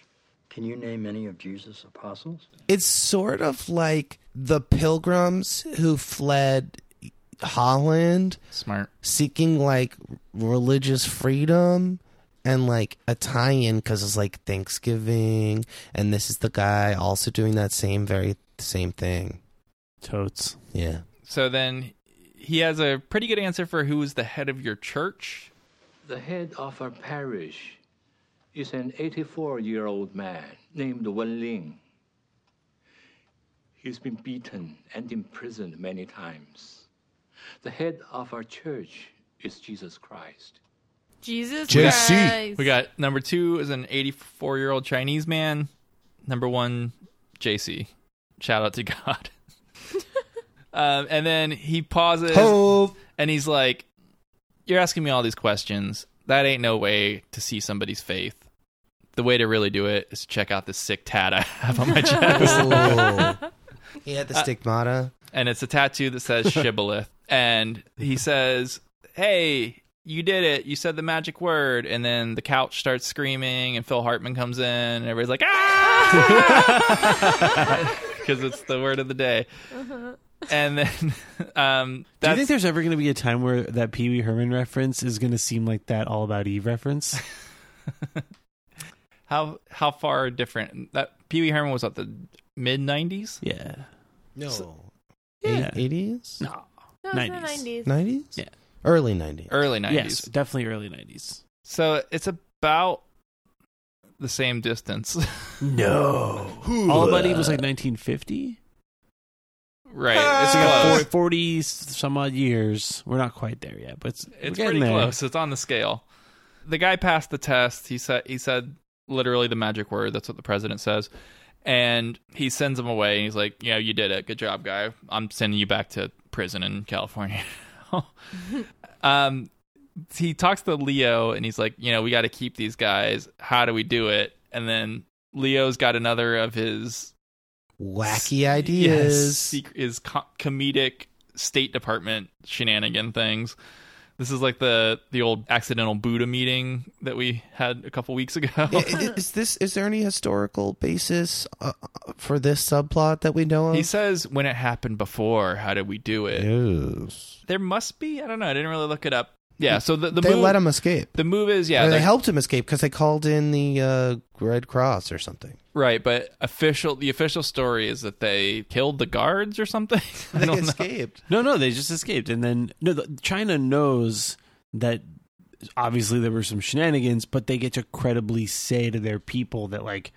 S12: Can you name any of Jesus' apostles?
S2: It's sort of like the pilgrims who fled Holland,
S1: smart,
S2: seeking like religious freedom and like a tie-in because it's like Thanksgiving, and this is the guy also doing that same very same thing.
S13: Totes,
S2: yeah.
S1: So then he has a pretty good answer for who is the head of your church.
S20: The head of our parish is an 84 year old man named Wen Ling. He's been beaten and imprisoned many times. The head of our church is Jesus Christ.
S3: Jesus Christ.
S1: We got number two is an 84 year old Chinese man. Number one, JC. Shout out to God. um, and then he pauses and he's like, You're asking me all these questions. That ain't no way to see somebody's faith. The way to really do it is to check out this sick tat I have on my chest.
S2: He had the
S1: Uh,
S2: stigmata.
S1: and it's a tattoo that says shibboleth and he says hey you did it you said the magic word and then the couch starts screaming and phil hartman comes in and everybody's like ah because it's the word of the day and then um
S13: Do you
S1: that's
S13: think there's ever going to be a time where that Pee Wee Herman reference is going to seem like that All About Eve reference?
S1: how how far different that pee-wee herman was at the mid 90s
S13: yeah
S2: No.
S1: Yeah.
S2: Eighties? No.
S3: No, it's in the 90s.
S2: Nineties? Yeah. Er Early nineties.
S1: early 90s
S13: Yes, definitely early 90s.
S1: so it's about the same distance
S13: No. All About Eve was like 1950?
S1: right
S13: It's
S1: it's
S13: got
S1: close
S13: four- 40 s- some odd years. We're not quite there yet, but it's, we're
S1: It's
S13: getting
S1: pretty
S13: there.
S1: close. It's on the scale. The guy passed the test. He said he said literally the magic word. That's what the president says. And he sends him away. And he's like, "You know, you did it. Good job, guy. I'm sending you back to prison in California." um, he talks to Leo, and he's like, "You know, we got to keep these guys. How do we do it?" And then Leo's got another of his
S2: Wacky
S1: Yes,
S2: ideas.
S1: sec- is co- comedic State Department shenanigan things. This is like the the old accidental Buddha meeting that we had a couple weeks ago.
S2: I- Is this is there any historical basis uh, uh, for this subplot that we know of?
S1: he says, "When it happened before, how did we do it?" There must be. I don't know. I didn't really look it up. Yeah. So the, the
S2: they
S1: move,
S2: let him escape.
S1: The move is yeah.
S2: Or they
S1: they're-
S2: helped him escape because they called in the uh, Red Cross or something.
S1: Right, but official the official story is that they killed the guards or something. I don't know.
S2: escaped.
S13: No, no, they just escaped. And then, no, the, China knows that obviously there were some shenanigans, but they get to credibly say to their people that, like,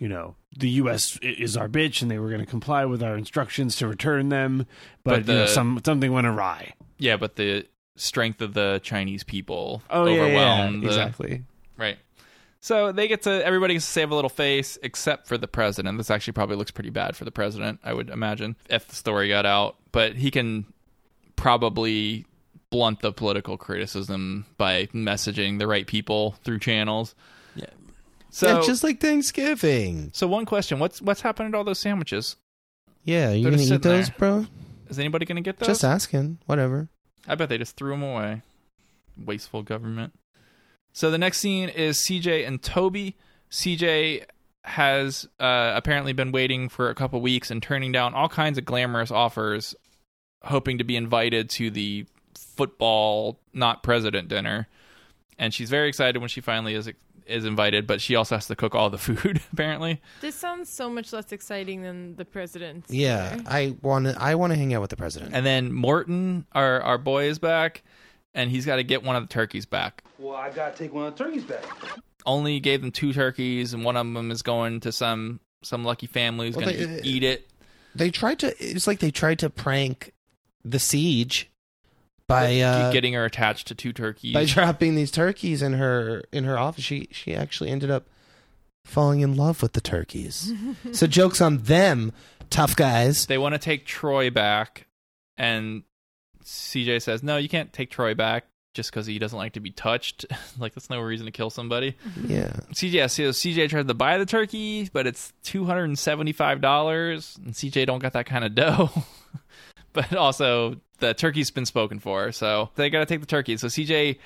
S13: you know, the U.S. i- is our bitch and they were going to comply with our instructions to return them, but,
S1: But
S13: you know,
S1: the-
S13: some, something went awry.
S1: Yeah, but the strength of the Chinese people
S13: Oh, yeah, yeah,
S1: overwhelmed the-
S13: yeah, exactly.
S1: Right. So they get to everybody gets to save a little face except for the president. This actually probably looks pretty bad for the president, I would imagine, if the story got out. But he can probably blunt the political criticism by messaging the right people through channels.
S13: Yeah.
S1: So
S2: yeah, just like Thanksgiving.
S1: so one question, what's what's happened to all those sandwiches?
S2: Yeah, you
S1: They're
S2: gonna
S1: just
S2: eat
S1: sitting
S2: those,
S1: there.
S2: bro?
S1: Is anybody going to get those?
S2: Just asking. Whatever.
S1: I bet they just threw him away. Wasteful government. So the next scene is CJ and Toby. CJ has uh, apparently been waiting for a couple weeks and turning down all kinds of glamorous offers, hoping to be invited to the football not president dinner. And she's very excited when she finally is is invited, but she also has to cook all the food apparently.
S3: This sounds so much less exciting than the president.
S2: Yeah, I want to. I want to hang out with the president.
S1: And then Morton, our our boy, is back, and he's got to get one of the turkeys back.
S21: Well, I gotta take one of the turkeys back.
S1: only gave them two turkeys, and one of them is going to some some lucky family who's
S2: Well,
S1: going
S2: they- uh,
S1: to eat it.
S2: They tried to. It's like they tried to prank the siege by uh,
S1: getting her attached to two turkeys.
S2: by dropping these turkeys in her in her office. She she actually ended up falling in love with the turkeys. so jokes on them, tough guys.
S1: they want to take Troy back, and CJ says, "No, you can't take Troy back just because he doesn't like to be touched. like that's no reason to kill somebody."
S2: Yeah.
S1: CJ, so CJ tries to buy the turkey, but it's two hundred and seventy-five dollars, and CJ don't got that kind of dough. but also, the turkey's been spoken for, so they got to take the turkey. So CJ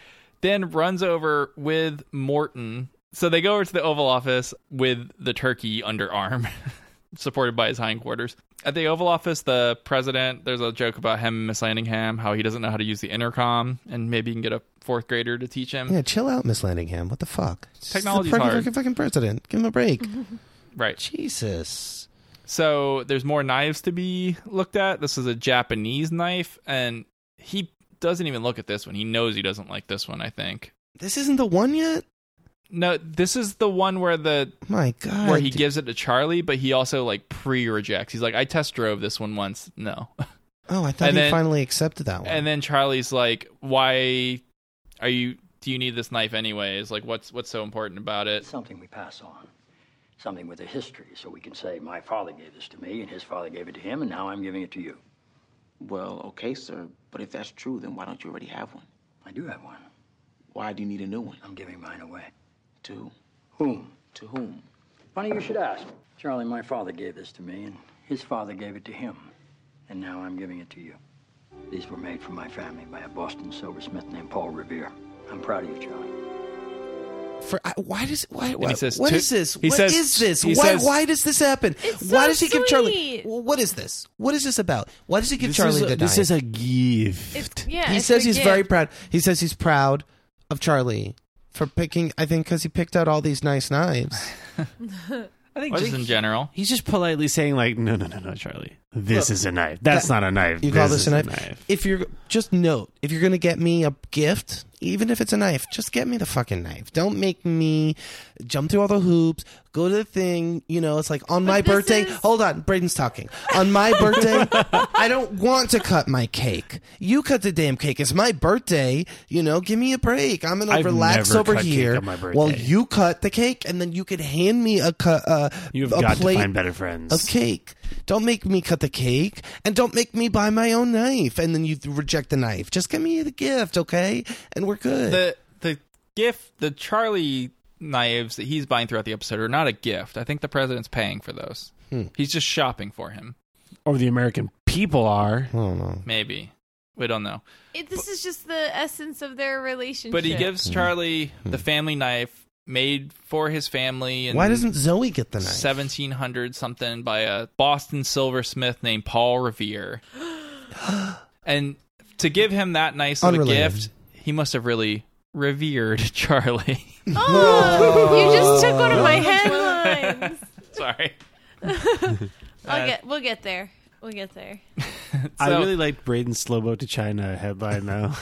S1: then runs over with Morton So they go over to the Oval Office with the turkey underarm, supported by his hindquarters. At the Oval Office, the president, there's a joke about him and Miss Landingham, how he doesn't know how to use the intercom, and maybe he can get a fourth grader to teach him.
S2: Yeah, chill out, Miss Landingham. What the fuck? It's the
S1: Technology's
S2: fucking-
S1: hard.
S2: fucking- fucking president. Give him a break.
S1: Right.
S2: Jesus.
S1: So there's more knives to be looked at. This is a Japanese knife, and he doesn't even look at this one. He knows he doesn't like this one, I think.
S2: This isn't the one yet.
S1: No, this is the one where the
S2: My God.
S1: where he
S2: dude.
S1: gives it to Charlie, but he also like pre-rejects. He's like, "I test drove this one once. No."
S2: oh, I thought
S1: and
S2: he
S1: then-
S2: finally accepted that one.
S1: And then Charlie's like, "Why are you do you need this knife anyways? Like what's what's so important about it?"
S11: Something we pass on.
S12: Something with a history, so we can say, my father gave this to me, and his father gave it to him, and now I'm giving it to you.
S5: Well, okay, sir, but if that's true, then why don't you already have one?
S12: I do have one.
S5: Why do you need a new one?
S12: I'm giving mine away.
S5: To
S12: Whom?
S5: to whom?
S12: Funny you should ask. Charlie, my father gave this to me, and his father gave it to him. And now I'm giving it to you. These were made for my family by a Boston silversmith named Paul Revere. I'm proud of you, Charlie.
S2: For I- why does why,
S12: he
S2: why
S12: says
S2: what
S12: to-
S2: is this?
S12: he
S2: What is
S12: says-
S2: this?
S12: he
S2: Why
S12: says-
S2: why does this happen?
S12: It's
S2: why
S12: so
S2: does he give Charlie?
S12: sweet.
S2: What is this? What is this about? Why does he give
S13: This
S2: Charlie
S13: is a-
S2: the
S13: this
S2: knife?
S13: is a gift.
S3: yeah,
S2: he
S3: it's
S2: says
S3: a
S2: he's very
S3: gift.
S2: proud. He says he's proud of Charlie for picking. I think because he picked out all these nice knives.
S1: I
S13: think
S1: Or
S13: just
S1: just in general.
S13: He's just politely saying like, no, no, no, no, Charlie. This is a knife. That's
S2: That-
S13: not a knife.
S2: You call this
S13: is
S2: a knife? If you're just note, if you're gonna get me a gift, even if it's a knife, just get me the fucking knife. Don't make me jump through all the hoops, go to the thing. You know, it's like on my birthday. Hold on, Braden's talking. On my birthday, I don't want to cut my cake. You cut the damn cake. It's my birthday. You know, give me a break. I'm gonna
S13: I've
S2: relax
S13: never
S2: over
S13: cut cake
S2: here
S13: on my
S2: while
S13: birthday.
S2: you cut the cake, and then you could hand me a cut. Uh,
S13: You have
S2: a
S13: got to
S2: plate
S13: find better friends.
S2: of cake. Don't make me cut the cake, and don't make me buy my own knife. And then you th- reject the knife. Just give me the gift, okay? And we're good.
S1: The the gift, the Charlie knives that he's buying throughout the episode are not a gift. I think the president's paying for those.
S13: Hmm.
S1: He's just shopping for him.
S13: Or the American people are.
S2: I don't know.
S1: Maybe. We don't know.
S3: It, this is just the essence of their relationship.
S1: But he gives
S2: Hmm.
S1: Charlie the family knife made for his family. And
S2: Why doesn't Zoe get the knife?
S1: 1700 something by a Boston silversmith named Paul Revere. and to give him that nice of a
S2: Unrelated.
S1: gift, he must have really revered Charlie.
S3: Oh, you just took one of my headlines.
S1: Sorry.
S3: I'll get. We'll get there. We'll get there.
S13: I
S1: So-
S13: really liked Braden's Slowbo to China headline though.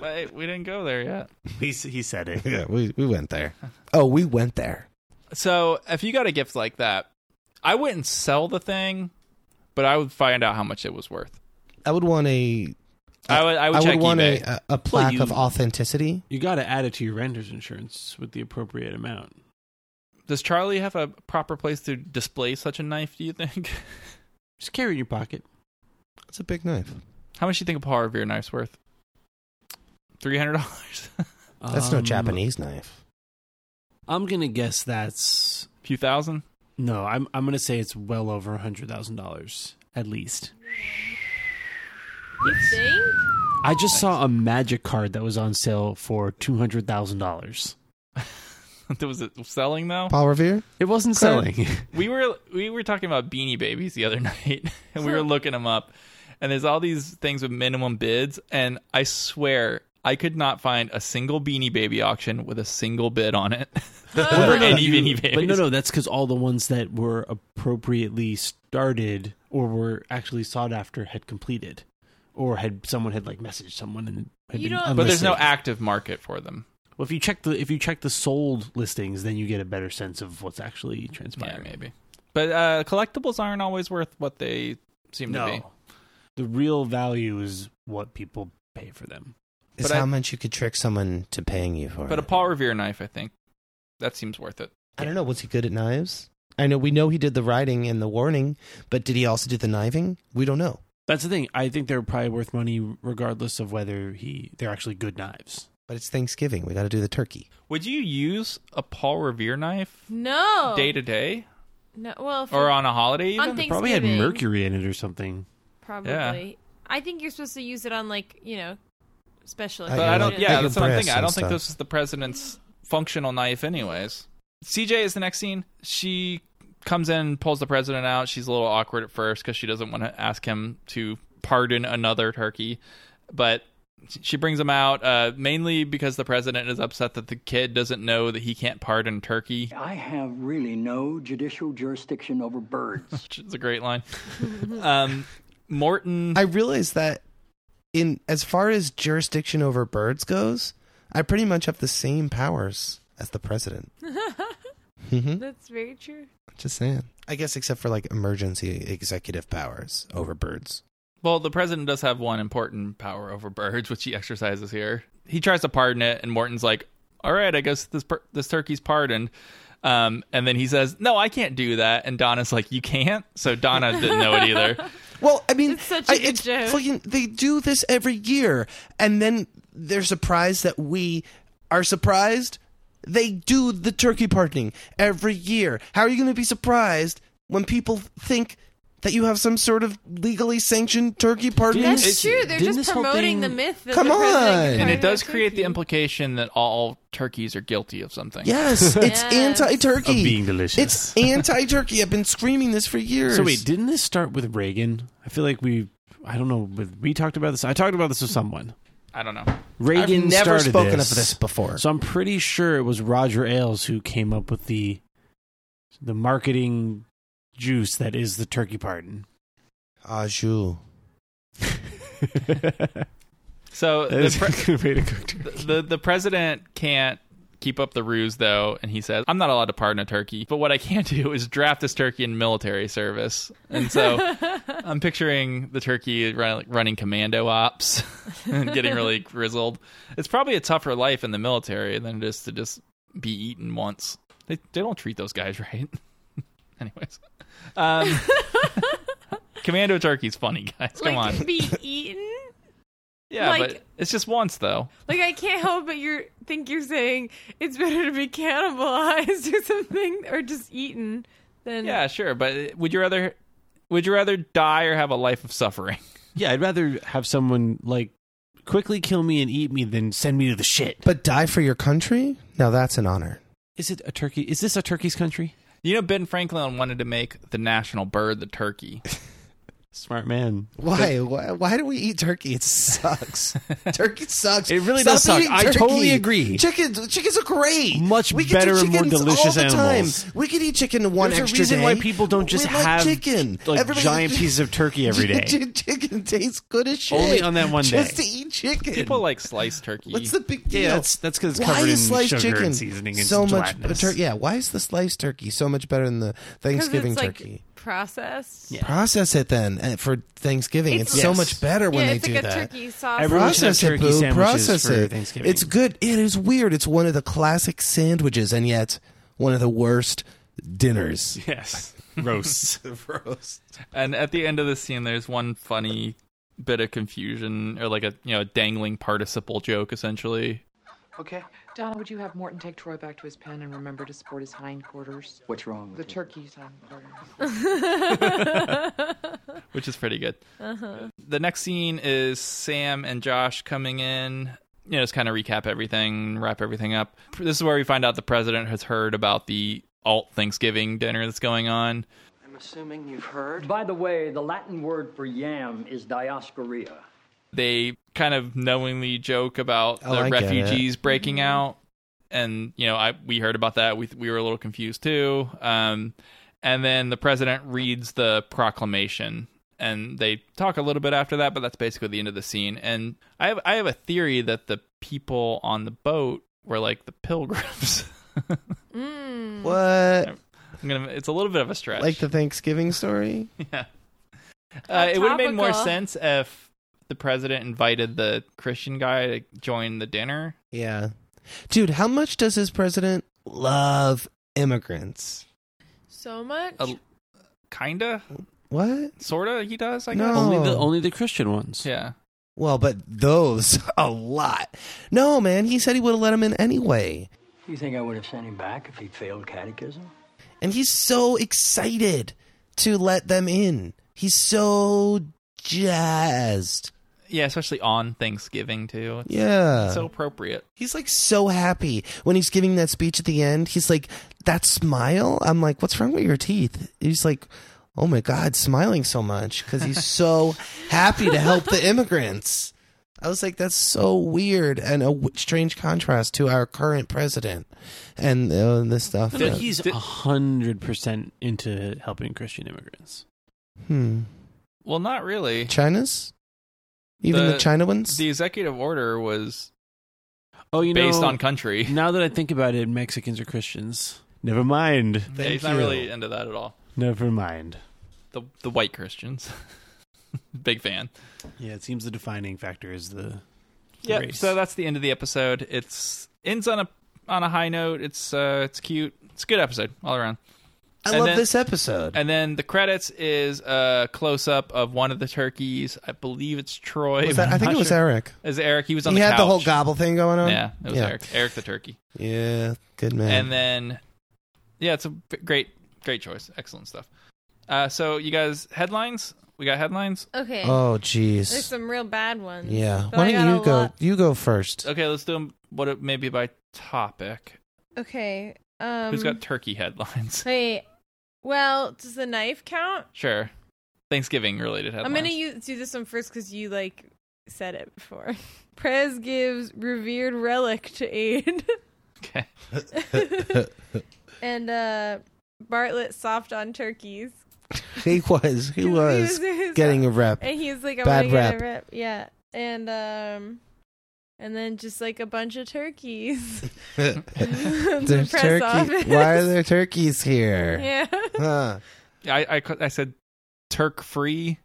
S1: Wait, we didn't go there yet.
S13: he s- he said it.
S2: yeah, we we went there. Oh, we went there.
S1: So if you got a gift like that, I wouldn't sell the thing, but I would find out how much it was worth.
S2: I would want a.
S1: I would- I would check
S2: want a,
S1: eBay.
S2: a, a
S1: Well,
S2: plaque of
S13: you-
S2: authenticity.
S13: You got to add it to your renter's insurance with the appropriate amount.
S1: Does Charlie have a proper place to display such a knife? Do you think?
S13: Just carry it in your pocket.
S2: It's a big knife.
S1: How much do you think a Paul Revere knife's worth? Three hundred dollars.
S2: That's no
S13: Um,
S2: Japanese knife.
S13: I'm gonna guess that's
S1: a few thousand.
S13: No, I'm I'm gonna say it's well over a hundred thousand dollars at least.
S3: You think?
S13: I just saw a magic card that was on sale for two hundred thousand dollars.
S1: was it selling though?
S2: Paul Revere.
S13: It wasn't selling.
S1: we were we were talking about Beanie Babies the other night, and we were looking them up, and there's all these things with minimum bids, and I swear I could not find a single Beanie Baby auction with a single bid on it. Over any Beanie Babies.
S13: But no, no, that's because all the ones that were appropriately started or were actually sought after had completed, or had someone had like messaged someone and had been
S1: but there's no
S13: unlisted.
S1: active market for them.
S13: Well, if you check the if you check the sold listings, then you get a better sense of what's actually transpiring.
S1: Yeah, maybe. But uh, collectibles aren't always worth what they seem to be.
S13: No, the real value is what people pay for them.
S2: Is
S1: but I-
S2: how much you could trick someone to paying you for.
S1: But
S2: it.
S1: a Paul Revere knife, I think, that seems worth it.
S2: I don't know. Was he good at knives? I know we know he did the writing and the warning, but did he also do the kniving? We don't know.
S13: That's the thing. I think they're probably worth money regardless of whether he they're actually good knives.
S2: But it's Thanksgiving. We got to do the turkey.
S1: Would you use a Paul Revere knife
S13: Oh.
S3: No.
S1: day to day
S3: No. Well, if
S1: or
S3: it-
S1: on a holiday? Even?
S3: On
S13: It probably had
S3: Thanksgiving.
S13: mercury in it or something.
S3: probably. I think you're supposed to use it on like you know special.
S1: But I don't.
S3: occasions.
S1: Yeah, that's what I'm
S2: breasts
S1: thinking. I
S2: and
S1: don't think
S2: stuff.
S1: this is the president's functional knife, anyways. CJ is the next scene. She comes in, pulls the president out. She's a little awkward at first because she doesn't want to ask him to pardon another turkey, but she brings him out uh, mainly because the president is upset that the kid doesn't know that he can't pardon turkey.
S12: I have really no judicial jurisdiction over birds.
S1: It's a great line. um, Morton.
S2: I realize that in as far as jurisdiction over birds goes, I pretty much have the same powers as the president. Mhm.
S3: That's very true.
S2: Just saying. I guess except for like emergency executive powers over birds.
S1: Well, the president does have one important power over birds, which he exercises here. He tries to pardon it, and Morton's like, "All right, I guess this per- this turkey's pardoned." Um, and then he says, "No, I can't do that." And Donna's like, "You can't." So Donna didn't know it either.
S2: Well, I mean,
S3: it's such a
S2: I-
S3: good joke.
S2: fucking- they do this every year, and then they're surprised that we are surprised. They do the turkey pardoning every year. How are you going to be surprised when people think that you have some sort of legally sanctioned turkey pardoning?
S3: That's true. They're just promoting the myth that the president can
S1: and
S3: pardon
S1: it does
S3: a
S1: create the implication that all turkeys are guilty of something.
S2: Yes, it's anti-turkey.
S13: Of being delicious.
S2: It's anti-turkey. I've been screaming this for years.
S13: So wait, didn't this start with Reagan? I feel like we, I don't know, but we talked about this. I talked about this with someone.
S1: I don't know.
S13: Reagan
S2: I've never
S13: started
S2: spoken
S13: this.
S2: of this before.
S13: So I'm pretty sure it was Roger Ailes who came up with the the marketing juice that is the turkey pardon.
S2: Ah, jus.
S1: So
S13: That is
S1: the,
S13: a
S1: pre-
S13: good way to cook
S1: the the president can't keep up the ruse though, and he says, "I'm not allowed to pardon a turkey, but what I can do is draft this turkey in military service." And so I'm picturing the turkey run, like, running commando ops and getting really grizzled. It's probably a tougher life in the military than it is to just be eaten once. They they don't treat those guys right. Anyways, um, commando turkey's funny, guys. Come
S3: like
S1: on,
S3: be eaten.
S1: yeah,
S3: like,
S1: but it's just once though.
S3: like I can't help but you think you're saying it's better to be cannibalized or something or just eaten than
S1: Yeah, sure, but uh, would you rather would you rather die or have a life of suffering?
S13: Yeah, I'd rather have someone like quickly kill me and eat me than send me to the shit.
S2: But die for your country? Now that's an honor.
S13: Is it a turkey? Is this a turkey's country?
S1: You know, Ben Franklin wanted to make the national bird the turkey.
S13: Smart man.
S2: Why? Why? Why do we eat turkey? It sucks. turkey sucks. It
S13: really does suck. I totally agree.
S2: Chickens. Chickens are great.
S13: Much
S2: we
S13: better
S2: can do
S13: and more
S2: chickens
S13: delicious
S2: all the
S13: animals.
S2: Time. We could eat chicken one
S13: There's a
S2: extra
S13: reason
S2: day.
S13: why people don't just
S2: we
S13: have
S2: like chicken.
S13: like
S2: Everybody-
S13: giant pieces of turkey every day.
S2: chicken tastes good as shit.
S13: Only on that one day.
S2: Just to eat chicken.
S1: People like sliced turkey.
S2: What's the big
S13: Yeah,
S2: deal?
S13: that's- that's 'cause it's
S2: Why
S13: covered
S2: is
S13: in
S2: sliced
S13: sugar and
S2: chicken
S13: seasoning and
S2: so much.
S13: gelatinous.
S2: tur- yeah, why is the sliced turkey so much better than the
S3: 'cause
S2: Thanksgiving
S3: it's like
S2: turkey?
S3: processed.
S2: Process it then uh, for Thanksgiving. It's,
S3: It's
S2: so
S3: like-
S2: much better when
S3: Yeah,
S2: they
S3: it's
S2: do
S3: like a
S2: that.
S3: turkey sausage. Everyone should
S2: process
S13: have
S2: it,
S13: turkey
S2: boo.
S13: sandwiches
S2: Process
S13: for
S2: it.
S13: Thanksgiving.
S2: It's good. It is weird. It's one of the classic sandwiches, and yet one of the worst dinners.
S1: Yes.
S13: Roasts.
S2: Roast.
S1: And at the end of the scene there's one funny bit of confusion or like a you know, dangling participle joke essentially.
S6: Okay. Donna, would you have Morton take Troy back to his pen and remember to support his hindquarters?
S11: What's wrong
S6: The
S11: with it?
S6: turkey's hindquarters.
S1: Which is pretty good.
S6: Uh-huh.
S1: The next scene is Sam and Josh coming in. You know, just kind of recap everything, wrap everything up. This is where we find out the president has heard about the alt Thanksgiving dinner that's going on.
S12: I'm assuming you've heard. By the way, the Latin word for yam is dioscoria.
S1: they kind of knowingly joke about
S12: Oh,
S1: the
S12: I get it.
S1: refugees breaking out and you know i we heard about that we we were a little confused too um and then the president reads the proclamation and they talk a little bit after that but that's basically the end of the scene and i have i have a theory that the people on the boat were like the pilgrims
S3: Mm.
S2: What?
S1: i'm going to it's a little bit of a stretch
S2: Like the Thanksgiving story?
S1: yeah. Uh, it would have made more
S3: topical.
S1: sense if the president invited the Christian guy to join the dinner.
S2: Yeah. Dude, how much does this president love immigrants?
S3: So much.
S1: A- kinda,
S2: What?
S1: sorta, he does. I
S2: No.
S1: guess.
S13: Only the only the Christian ones.
S1: Yeah.
S2: Well, but those a lot. No, man, he said he would have let him in anyway.
S12: You think I would have sent him back if he'd failed catechism?
S2: And he's so excited to let them in. He's so jazzed.
S1: Yeah, especially on Thanksgiving too. It's
S2: Yeah.
S1: so appropriate.
S2: He's like so happy when he's giving that speech at the end. He's like, that smile. I'm like, what's wrong with your teeth? He's like, oh my God, smiling so much because he's so happy to help the immigrants. I was like, that's so weird and a w- strange contrast to our current president and uh, this stuff.
S13: But
S2: that-
S13: he's hundred percent into helping Christian immigrants.
S2: hmm.
S1: Well, not really.
S2: China's? Even the, China ones?
S1: The executive order was
S13: Oh, you
S1: based
S13: know,
S1: on country.
S13: Now that I think about it, Mexicans are Christians. Never mind.
S1: Yeah, he's not really into that at all.
S13: Never mind.
S1: The the white Christians, big fan.
S13: Yeah, it seems the defining factor is the
S1: Yeah.
S13: race.
S1: So that's the end of the episode. It's ends on a on a high note. It's uh it's cute. It's a good episode all around.
S2: I love this episode.
S1: And then the credits is a close up of one of the turkeys. I believe it's Troy.
S2: Was that- I think it was Eric.
S1: Is Eric? He was on
S2: he
S1: the
S2: had the
S1: couch.
S2: whole gobble thing going on.
S1: Yeah, it was Eric. Eric the turkey.
S2: Yeah, good man.
S1: And then, yeah, it's a b- great, great choice. Excellent stuff. Uh, so you guys, headlines. We got headlines.
S3: Okay.
S2: Oh, jeez.
S3: There's some real bad ones.
S2: yeah.
S3: But I
S2: Why
S3: got
S2: don't
S3: a
S2: you go?
S3: lot-
S2: You go first.
S1: Okay, let's do them. What it- maybe by topic?
S3: Okay. Um,
S1: Who's got turkey headlines?
S3: Wait. Well, does the knife count?
S1: Sure, Thanksgiving related headlines.
S3: I'm gonna use, do this one first because you like said it before. Prez gives revered relic to aid,
S2: Okay.
S3: and uh, Bartlett soft on turkeys.
S2: he was. He was
S3: he was-
S2: getting a rep.
S3: And he's like, I'm
S2: bad
S3: gonna get
S2: rep.
S3: a rep. Yeah. And um and then just like a bunch of turkeys.
S2: There's
S3: press
S2: turkey.
S3: office.
S2: Why are there turkeys here?
S3: yeah.
S2: Huh.
S1: I, I cu- I said Turk free.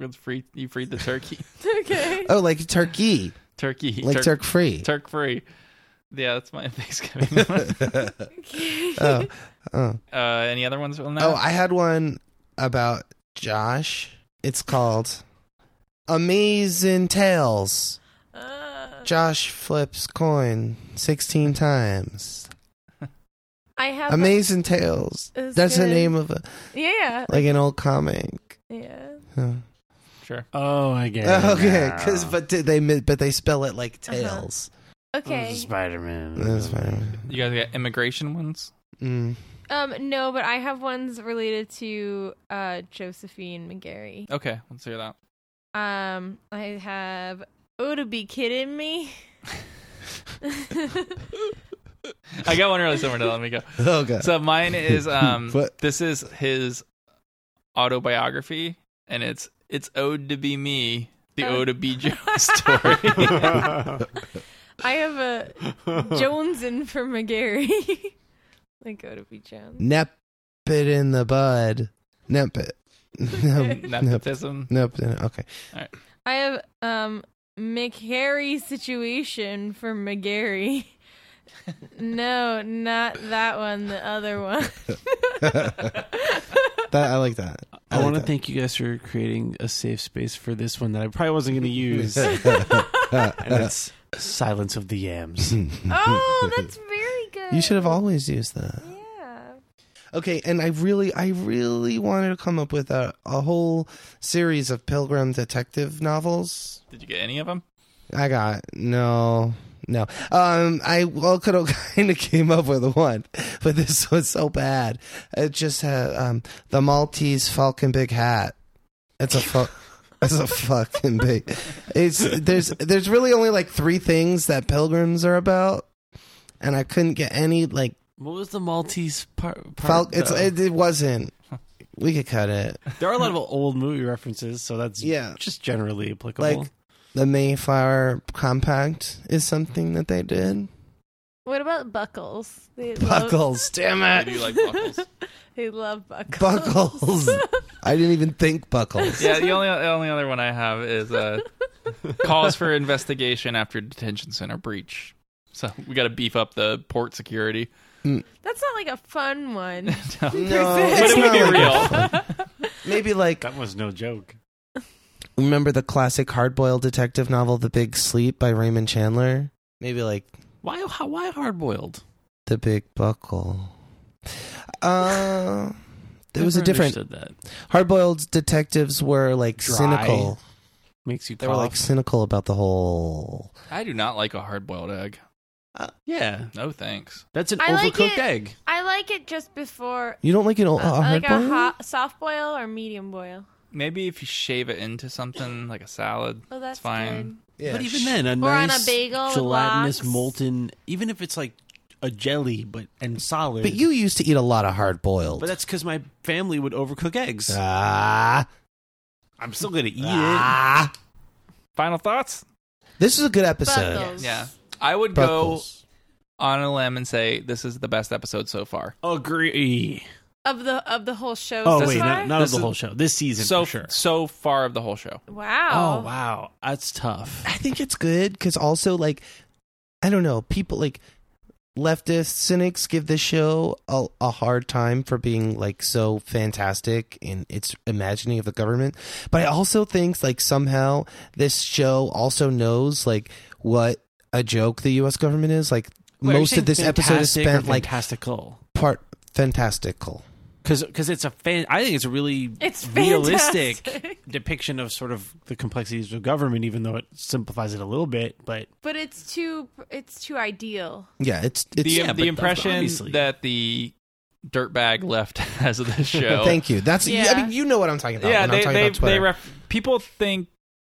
S1: It's free. You freed the turkey.
S3: okay.
S2: Oh, like turkey.
S1: Turkey.
S2: Like Turk free.
S1: Turk free. Yeah, that's my Thanksgiving. one.
S2: Oh, oh.
S1: Uh, any other ones on that?
S2: Oh, I had one about Josh. It's called Amazing Tales.
S3: Uh.
S2: Josh flips coin 16 times.
S3: I have a-
S2: Amazing Tales.
S3: It's
S2: That's the
S3: good.
S2: name of a
S3: Yeah.
S2: like an old comic.
S3: Yeah.
S2: Huh.
S1: Sure.
S13: Oh, I get it.
S2: okay,
S13: now.
S2: cuz but did they mi- but they spell it like
S3: Uh-huh.
S2: tails.
S3: Okay.
S13: Spider-Man.
S2: That's fine.
S1: You guys got immigration ones?
S2: Mm.
S3: Um no, but I have ones related to uh Josephine McGarry.
S1: Okay, let's hear that.
S3: Um I have Oh to be kidding me.
S1: I got one really similar to that. Let me go.
S2: Oh, God.
S1: So mine is um
S2: What?
S1: this is his autobiography and it's it's Ode to Be Me, the
S3: Oh.
S1: Ode to Be Jones story.
S3: I have a Jones in for McGarry. like go to be Jones.
S2: Nep it in the bud. Nep it. Nep- nep-
S1: Nepotism.
S2: Nep it. Okay.
S1: All right.
S3: I have um McHarry situation for McGarry. no, not that one, the other one.
S2: That I like that.
S13: I, want to thank you guys for creating a safe space for this one that I probably wasn't going to use. and it's Silence of the Yams.
S3: oh, that's very good.
S2: You should have always used that.
S3: Yeah.
S2: Okay, and I really, I really wanted to come up with a, a whole series of Pilgrim detective novels.
S1: Did you get any of them?
S2: I got no, no. Um, I well could have kind of came up with one, but this was so bad. It just had um the Maltese Falcon Big Hat. It's a fu- it's a fucking big. It's there's there's really only like three things that pilgrims are about, and I couldn't get any like
S13: What was the Maltese part?
S2: Fal-
S13: part
S2: it's
S13: though?
S2: it, it wasn't. We could cut it.
S13: there are a lot of old movie references, so that's
S2: Yeah.
S13: just generally applicable.
S2: Like the Mayflower Compact is something that they did.
S3: What about Buckles? They
S2: Buckles, damn it!
S1: They do like Buckles.
S3: they love Buckles.
S2: Buckles. I didn't even think Buckles.
S1: Yeah, the only the only other one I have is uh calls for investigation after detention center breach. So we got to beef up the port security.
S3: That's not like a fun one.
S1: No.
S2: No,
S1: But
S2: it's
S1: it would
S2: not
S1: be
S2: like
S1: real.
S2: Maybe like
S13: that was no joke.
S2: Remember the classic hard-boiled detective novel, The Big Sleep by Raymond Chandler? Maybe like
S13: Why? How, why hard boiled?
S2: The Big Buckle. Uh, there was a
S13: Never
S2: different.
S13: understood that.
S2: Hard-boiled detectives were like
S13: Dry.
S2: cynical.
S13: Makes you
S2: They were like
S13: cough.
S2: cynical about the whole.
S1: I do not like a hard boiled egg.
S13: yeah.
S1: No thanks.
S13: That's
S1: an
S3: I like it- I like it just before.
S2: You don't like an
S1: Uh,
S2: old,
S3: I
S2: Oh, a hard
S3: like a
S2: boiled?
S3: hot, soft boil or medium boil.
S1: Maybe if you shave it into something like a salad,
S3: Oh,
S1: that's
S3: that's
S1: it's fine.
S13: but even then, a
S3: Or on a
S13: nice
S3: bagel with
S13: gelatinous
S3: lox.
S13: molten, even if it's like a jelly, but and solid.
S2: but you used to eat a lot of hard boiled.
S13: But that's because my family would overcook eggs.
S2: Ah,
S13: I'm still gonna eat
S2: ah.
S1: Final thoughts?
S2: This is a good episode.
S1: Yeah. I would
S2: Buckles.
S1: go on a limb and say this is the best episode so far.
S13: it. Agree.
S3: Of the of the whole show.
S13: Oh
S3: so
S13: wait,
S3: far?
S13: not, not of
S1: This
S13: the
S1: is-
S13: whole show. This season,
S1: so
S13: for sure.
S1: so far of the whole show.
S3: Wow.
S13: Oh wow, that's tough.
S2: I think it's good because also like I don't know people like leftist cynics give this show a, a hard time for being like so fantastic in its imagining of the government but i also think like somehow this show also knows like what a joke the us government is like
S13: Wait, are you
S2: most
S13: saying
S2: of this episode is
S13: fantastic or
S2: spent like
S13: fantastical
S2: part fantastical
S13: because it's a fan. I think it's a really
S3: It's
S13: realistic
S3: fantastic.
S13: depiction of sort of the complexities of government, even though it simplifies it a little bit. But
S3: But it's too it's too ideal.
S2: yeah it's
S1: The,
S2: it's yeah,
S1: the impression that the dirtbag left has of this show.
S2: thank you that's yeah.
S3: Yeah.
S2: i mean you know what i'm talking about
S1: yeah,
S2: when i'm
S1: they,
S2: talking
S1: they,
S2: about twitter
S1: they ref- people think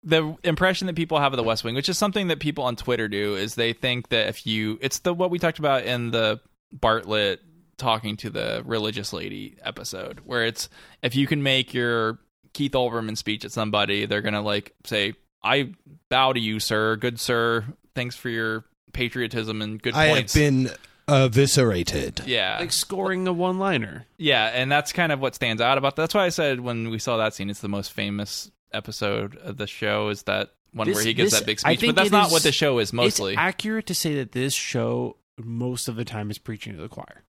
S1: the impression that people have of the West Wing, which is something that people on Twitter do, is they think that if you, it's the what we talked about in the Bartlett talking to the religious lady episode, where it's if you can make your Keith Olbermann speech at somebody, they're gonna like say, "I bow to you, sir. Good sir. Thanks for your patriotism and good points."
S2: been eviscerated
S1: yeah,
S13: like scoring a one-liner.
S1: yeah, and that's kind of what stands out about that. That's why I said when we saw that scene, it's the most famous episode of the show is that one
S13: This-
S1: where he gives
S13: this-
S1: that big
S13: I
S1: speech. But
S13: think
S1: that's
S13: it
S1: not what the show is mostly.
S13: It's accurate to say that this show most of the time is preaching to the choir.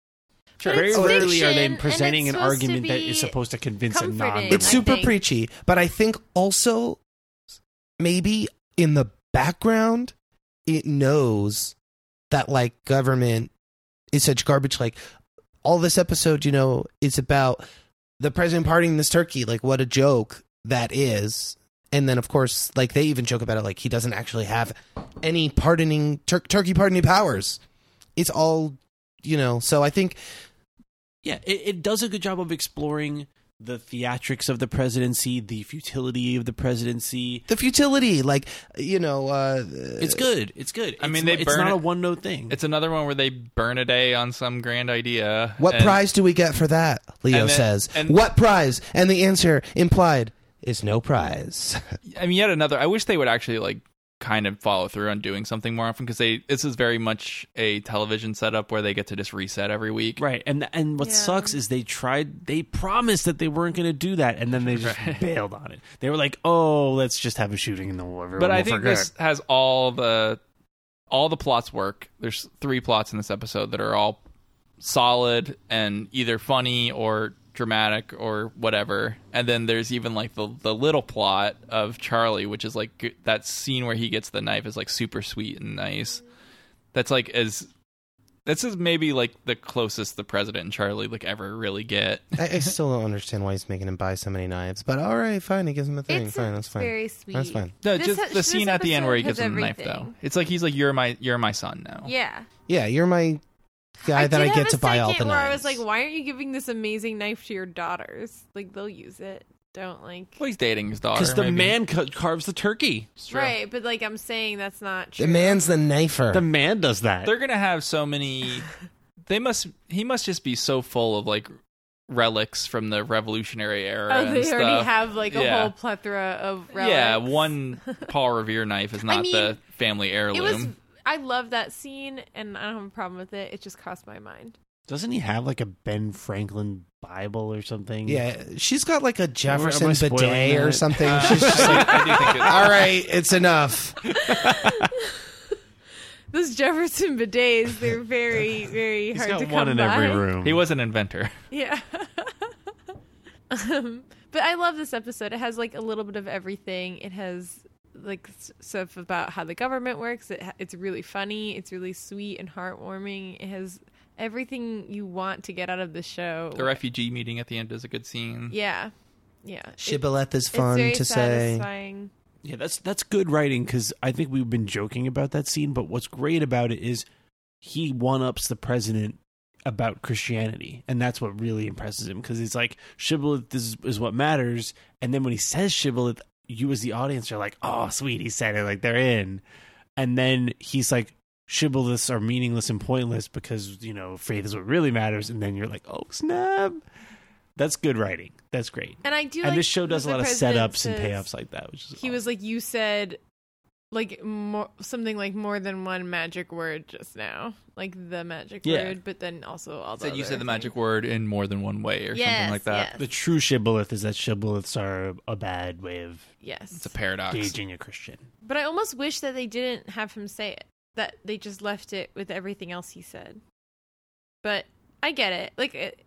S3: Sure.
S13: Very
S3: it's
S13: rarely are
S3: fiction,
S13: they
S3: and it's
S13: presenting an
S3: supposed to
S13: argument that
S3: be
S13: is supposed to convince a non.
S3: comforting.
S2: it's super
S3: think.
S2: preachy but i think also maybe in the background it knows that like government is such garbage like all this episode you know is about the president partying this turkey like what a joke that is and then of course like they even joke about it like he doesn't actually have any pardoning tur- turkey pardoning powers it's all you know so i think
S13: Yeah, it, it does a good job of exploring the theatrics of the presidency, the futility of the presidency.
S2: the futility like you know uh
S13: It's good. It's good.
S1: I mean,
S13: It's-
S1: they
S13: it's
S1: burn
S13: not
S1: it-
S13: a one note thing.
S1: It's another one where they burn a day on some grand idea.
S2: What
S1: and-
S2: prize do we get for that? Leo
S1: And then-
S2: says.
S1: and-
S2: what prize? And the answer implied is no prize.
S1: I mean, yet another. I wish they would actually like kind of follow through on doing something more often because they this is very much a television setup where they get to just reset every week.
S13: Right, and and what
S3: Yeah.
S13: sucks is they tried. They promised that they weren't going to do that, and then they just bailed on it. They were like, "Oh, let's just have a shooting in the war." everyone
S1: but I
S13: will
S1: think
S13: forget."
S1: this has all the all the plots work. There's three plots in this episode that are all solid and either funny or dramatic or whatever. And then there's even like the the little plot of Charlie, which is like g- that scene where he gets the knife is like super sweet and nice. That's like as this is maybe like the closest the president and Charlie like ever really get.
S2: I, I still don't understand why he's making him buy so many knives. But all right, fine. He gives him a thing.
S3: It's-
S2: fine, that's
S3: it's
S2: fine.
S3: very sweet.
S2: That's fine.
S1: No,
S3: This
S1: just
S3: has-
S1: the
S3: this
S1: scene at the end where he
S3: episode
S1: gives him the
S3: has
S1: knife though.
S3: everything.
S1: It's like he's like you're my you're my son now.
S3: Yeah.
S2: Yeah, you're my guy that
S3: did
S2: I
S3: have
S2: get
S3: a
S2: to buy all the
S3: second where I was
S2: knives.
S3: like, why aren't you giving this amazing knife to your daughters? Like they'll use it. Don't like.
S1: Well, he's dating his daughter.
S13: because the
S1: maybe.
S13: man cu- carves the turkey.
S3: Right, but like I'm saying, that's not true.
S2: the man's the knifer.
S13: The man does that.
S1: they're gonna have so many they must he must just be so full of like relics from the revolutionary era
S3: Oh,
S1: and
S3: they
S1: stuff.
S3: already have like a
S1: yeah.
S3: whole plethora of relics.
S1: yeah one paul revere knife is not
S3: mean,
S1: the family heirloom
S3: It was. I love that scene, and I don't have a problem with it. It just crossed my mind.
S13: Doesn't he have like a Ben Franklin Bible or something?
S2: yeah, she's got like a Jefferson
S13: Am I spoiling
S2: bidet or
S13: that?
S2: something.
S13: Uh,
S2: She's just like,
S1: I do think it-
S2: all right, it's enough.
S3: Those Jefferson bidets—they're very, very
S13: He's
S3: hard
S13: got
S3: to come
S13: one in
S3: by.
S13: every room.
S1: he was an inventor
S3: Yeah. um, but I love this episode. It has like a little bit of everything. It has like s- stuff about how the government works. It ha- it's really funny. It's really sweet and heartwarming. It has everything you want to get out of the show.
S1: the refugee meeting at the end is a good scene
S3: yeah. Yeah. It-
S2: Shibboleth is
S3: it's
S2: fun
S3: very
S2: to say.
S3: satisfying.
S13: Yeah, that's that's good writing because I think we've been joking about that scene, but what's great about it is he one ups the president about Christianity, and that's what really impresses him because he's like shibboleth is, is what matters, and then when he says shibboleth, you as the audience are like, oh sweet, he said it, like they're in, and then he's like. Shibboleths are meaningless and pointless because you know faith is what really matters, and then you're like, oh snap, that's good writing. That's great.
S3: And I do
S13: And
S3: like
S13: this show does a
S3: that
S13: lot
S3: the
S13: of
S3: president
S13: setups and
S3: says-
S13: payoffs like that, which is
S3: he was like you said like more something like more than one magic word just now like the magic
S1: Yeah.
S3: word but then also all the
S1: Said you
S3: other
S1: said the magic word in more than one way or
S3: Yes,
S1: something like that.
S3: yes.
S13: The true shibboleth is that shibboleths are a bad way of
S3: Yes. It's a
S1: paradox.
S13: gauging a Christian.
S3: but i almost wish that they didn't have him say it that they just left it with everything else he said but i get it like it,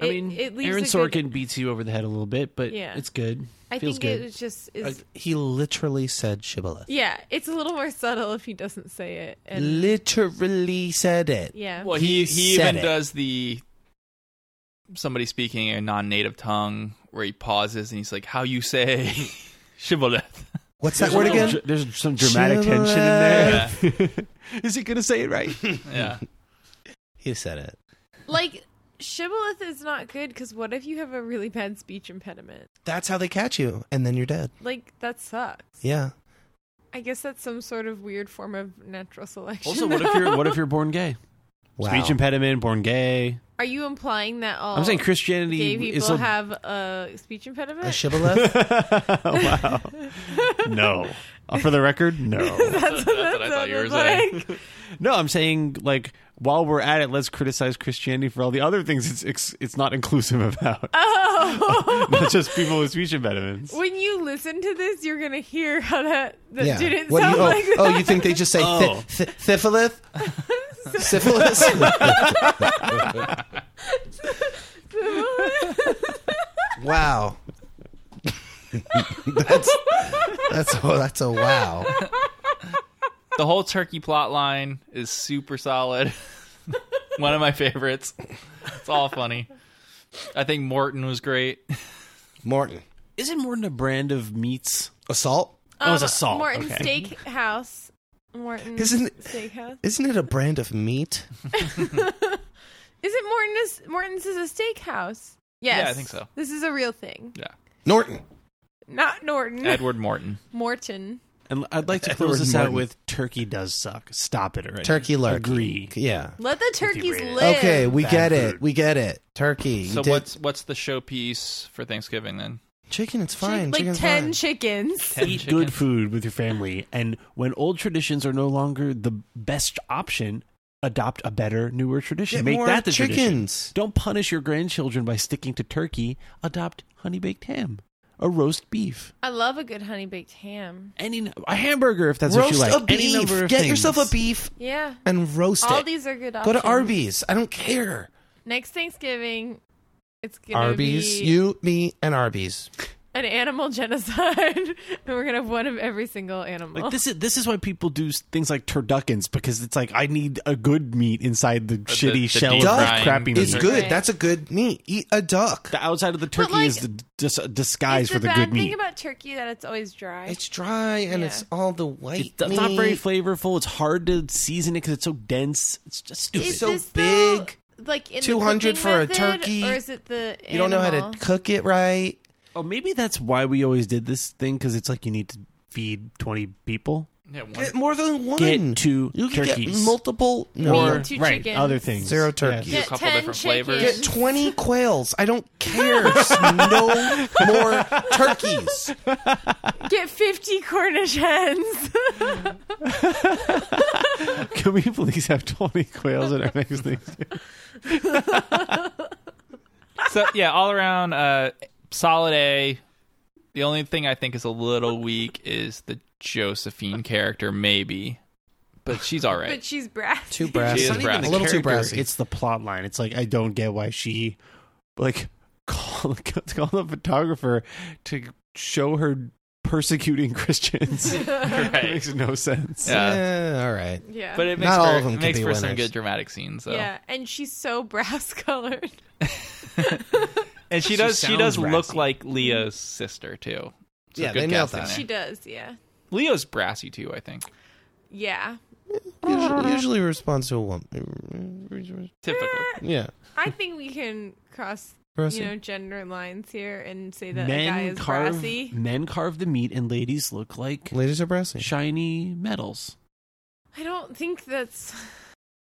S13: I
S3: it-
S13: mean,
S3: it leaves
S13: Aaron
S3: a good-
S13: Sorkin beats you over the head a little bit, but
S3: Yeah.
S13: it's good.
S3: i
S13: Feels
S3: think
S13: good.
S3: it was just is
S2: Like, he literally said shibboleth.
S3: yeah it's a little more subtle if he doesn't say it and
S2: Literally said it.
S3: yeah
S1: Well, he he even
S2: said it.
S1: does the somebody speaking a non-native tongue where he pauses and he's like, "How you say shibboleth?"
S2: What's that word again?
S13: There's some dramatic tension in there. Is he going to say it right?
S1: Yeah.
S2: he said it.
S3: like shibboleth is not good because what if you have a really bad speech impediment
S2: That's how they catch you, and then you're dead.
S3: like that sucks
S2: Yeah.
S3: I guess that's some sort of weird form of natural selection.
S13: Also, what if you're what if you're born gay?
S2: Wow.
S13: Speech impediment, born gay.
S3: Are you implying that all?
S13: I'm saying Christianity
S3: Oh. Gay
S13: is
S3: people
S13: a-
S3: have a speech impediment.
S13: A shibboleth? wow. No. Uh, for the record, no.
S3: that's, what I thought you were saying.
S13: eh? no, I'm saying like while we're at it, let's criticize Christianity for all the other things it's it's, it's not inclusive about.
S3: Oh,
S13: not just people with speech impediments.
S3: when you listen to this, you're gonna hear how that that
S2: yeah.
S3: didn't
S2: What do
S3: sound
S2: you, oh,
S3: like. That.
S2: oh, you think they just say
S13: Oh.
S2: thi- thi- syphilis? syphilis? wow. that's that's a, that's a wow.
S1: the whole turkey plot line is super solid. One of my favorites. It's all funny. I think Morton was great.
S2: Morton.
S13: Isn't Morton a brand of meats?
S2: Assault?
S13: Oh, it's
S3: Um,
S13: assault.
S3: Morton
S13: okay.
S3: Steakhouse. Morton
S2: Isn't-
S3: Steakhouse.
S2: Isn't it a brand of meat?
S3: Is it Morton? Is Morton's is a steakhouse? Yes.
S1: Yeah, I think so.
S3: This is a real thing.
S1: Yeah.
S2: Norton.
S3: Not Norton.
S1: Edward Morton.
S3: Morton.
S13: And I'd like to
S2: Edward
S13: close this out
S2: Morton.
S13: with turkey does suck. Stop it already.
S2: Turkey lurk.
S13: Agree.
S2: Yeah.
S3: Let the turkeys live.
S2: Okay, we
S13: Bad
S2: get
S13: food.
S2: it. We get it. Turkey. You
S1: So
S2: did-
S1: what's what's the showpiece for Thanksgiving then?
S2: chicken? It's fine.
S3: like
S2: Chicken's
S3: ten
S2: fine.
S3: chickens.
S13: Eat good food with your family. And when old traditions are no longer the best option, adopt a better, newer tradition.
S2: Get
S13: Make
S2: more
S13: that the
S2: chickens.
S13: tradition. Don't punish your grandchildren by sticking to turkey. Adopt honey baked ham, a roast beef,
S3: I love a good honey baked ham.
S13: any nu- a hamburger if that's
S2: roast
S13: what you
S2: a
S13: like. Any
S2: beef.
S13: number of
S2: Get
S13: things.
S2: yourself a beef
S3: Yeah.
S2: and roast
S3: All
S2: it.
S3: these are good
S2: Go
S3: options.
S2: to Arby's. I don't care.
S3: Next Thanksgiving, it's gonna
S2: Arby's,
S3: be
S2: you, me, and Arby's.
S3: an animal genocide, and we're gonna have one of every single animal.
S13: Like this is this is why people do s- things like turduckens because it's like I need a good meat inside the shitty
S1: the
S13: shell
S1: deep
S13: of
S1: frying
S13: crappy meat.
S2: It's good.
S3: Right.
S2: That's a good meat. Eat a duck.
S13: The outside of the turkey
S3: like,
S13: is the d- dis- disguise
S3: it's
S13: for
S3: the
S13: the
S3: bad
S13: good
S3: thing
S13: meat.
S3: about turkey that it's always dry.
S2: It's dry and it's all the white.
S13: It's it's not very
S2: meat.
S13: flavorful. It's hard to season it because it's so dense. It's just stupid.
S3: Is
S2: so
S3: this, though,
S2: big.
S3: like in the cooking
S2: 200 for a
S3: method,
S2: turkey.
S3: or is it the
S2: You don't know how
S3: animal?
S2: to cook it right.
S13: oh, maybe that's why we always did this thing because it's like you need to feed twenty people.
S1: Yeah, one-
S2: Get more than one.
S13: Get two
S2: you can
S13: turkeys.
S2: get multiple. No,
S13: or
S3: two
S13: right,
S3: chickens.
S13: other things.
S2: zero
S13: Yeah.
S2: turkeys.
S1: do a couple different flavors.
S2: Get twenty quails. I don't care. no more turkeys.
S3: Get fifty Cornish hens.
S13: Can we please have twenty quails at our next thing?
S1: so yeah, all around uh solid A. The only thing I think is a little weak is the Josephine character, maybe. But she's all right.
S3: But she's brassy.
S2: Too brassy.
S1: She is brassy.
S2: A little too
S13: character,
S2: brassy.
S13: It's the plot line. It's like I don't get why she like call call the photographer to show her persecuting Christians. It makes no sense.
S1: yeah.
S2: Eh, all right.
S3: Yeah.
S1: But it makes
S2: Not
S1: for,
S2: all of them
S1: it
S2: can
S1: makes
S2: be
S1: for some
S2: winners.
S1: good dramatic scenes though.
S3: Yeah, and she's so brass colored.
S1: And she
S13: She
S1: does she
S13: sounds
S1: does
S13: brassy.
S1: look like Leo's sister too. So
S2: Yeah,
S1: good
S2: they nailed
S1: casting
S2: that.
S1: there.
S3: She does, yeah.
S1: Leo's brassy too, I think.
S3: Yeah.
S2: Usually, usually responds to a woman.
S1: Typically.
S2: Yeah.
S3: I think we can cross
S13: Brassy.
S3: you know gender lines here and say that a guy
S13: men
S3: is
S13: carve
S3: brassy.
S13: men carve the meat, and ladies look like
S2: ladies are brassy,
S13: shiny metals.
S3: I don't think that's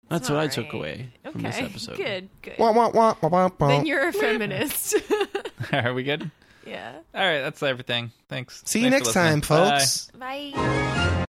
S13: That's
S3: all
S13: what I took
S3: right.
S13: away
S3: Okay.
S13: from this episode.
S3: Good, good.
S2: Wah, wah, wah, wah, wah, wah.
S3: Then you're a feminist.
S1: Are we good?
S3: yeah.
S1: All right, that's everything. Thanks.
S2: See you
S1: Thanks for
S2: next time,
S1: listening. Bye.
S2: folks.
S3: Bye.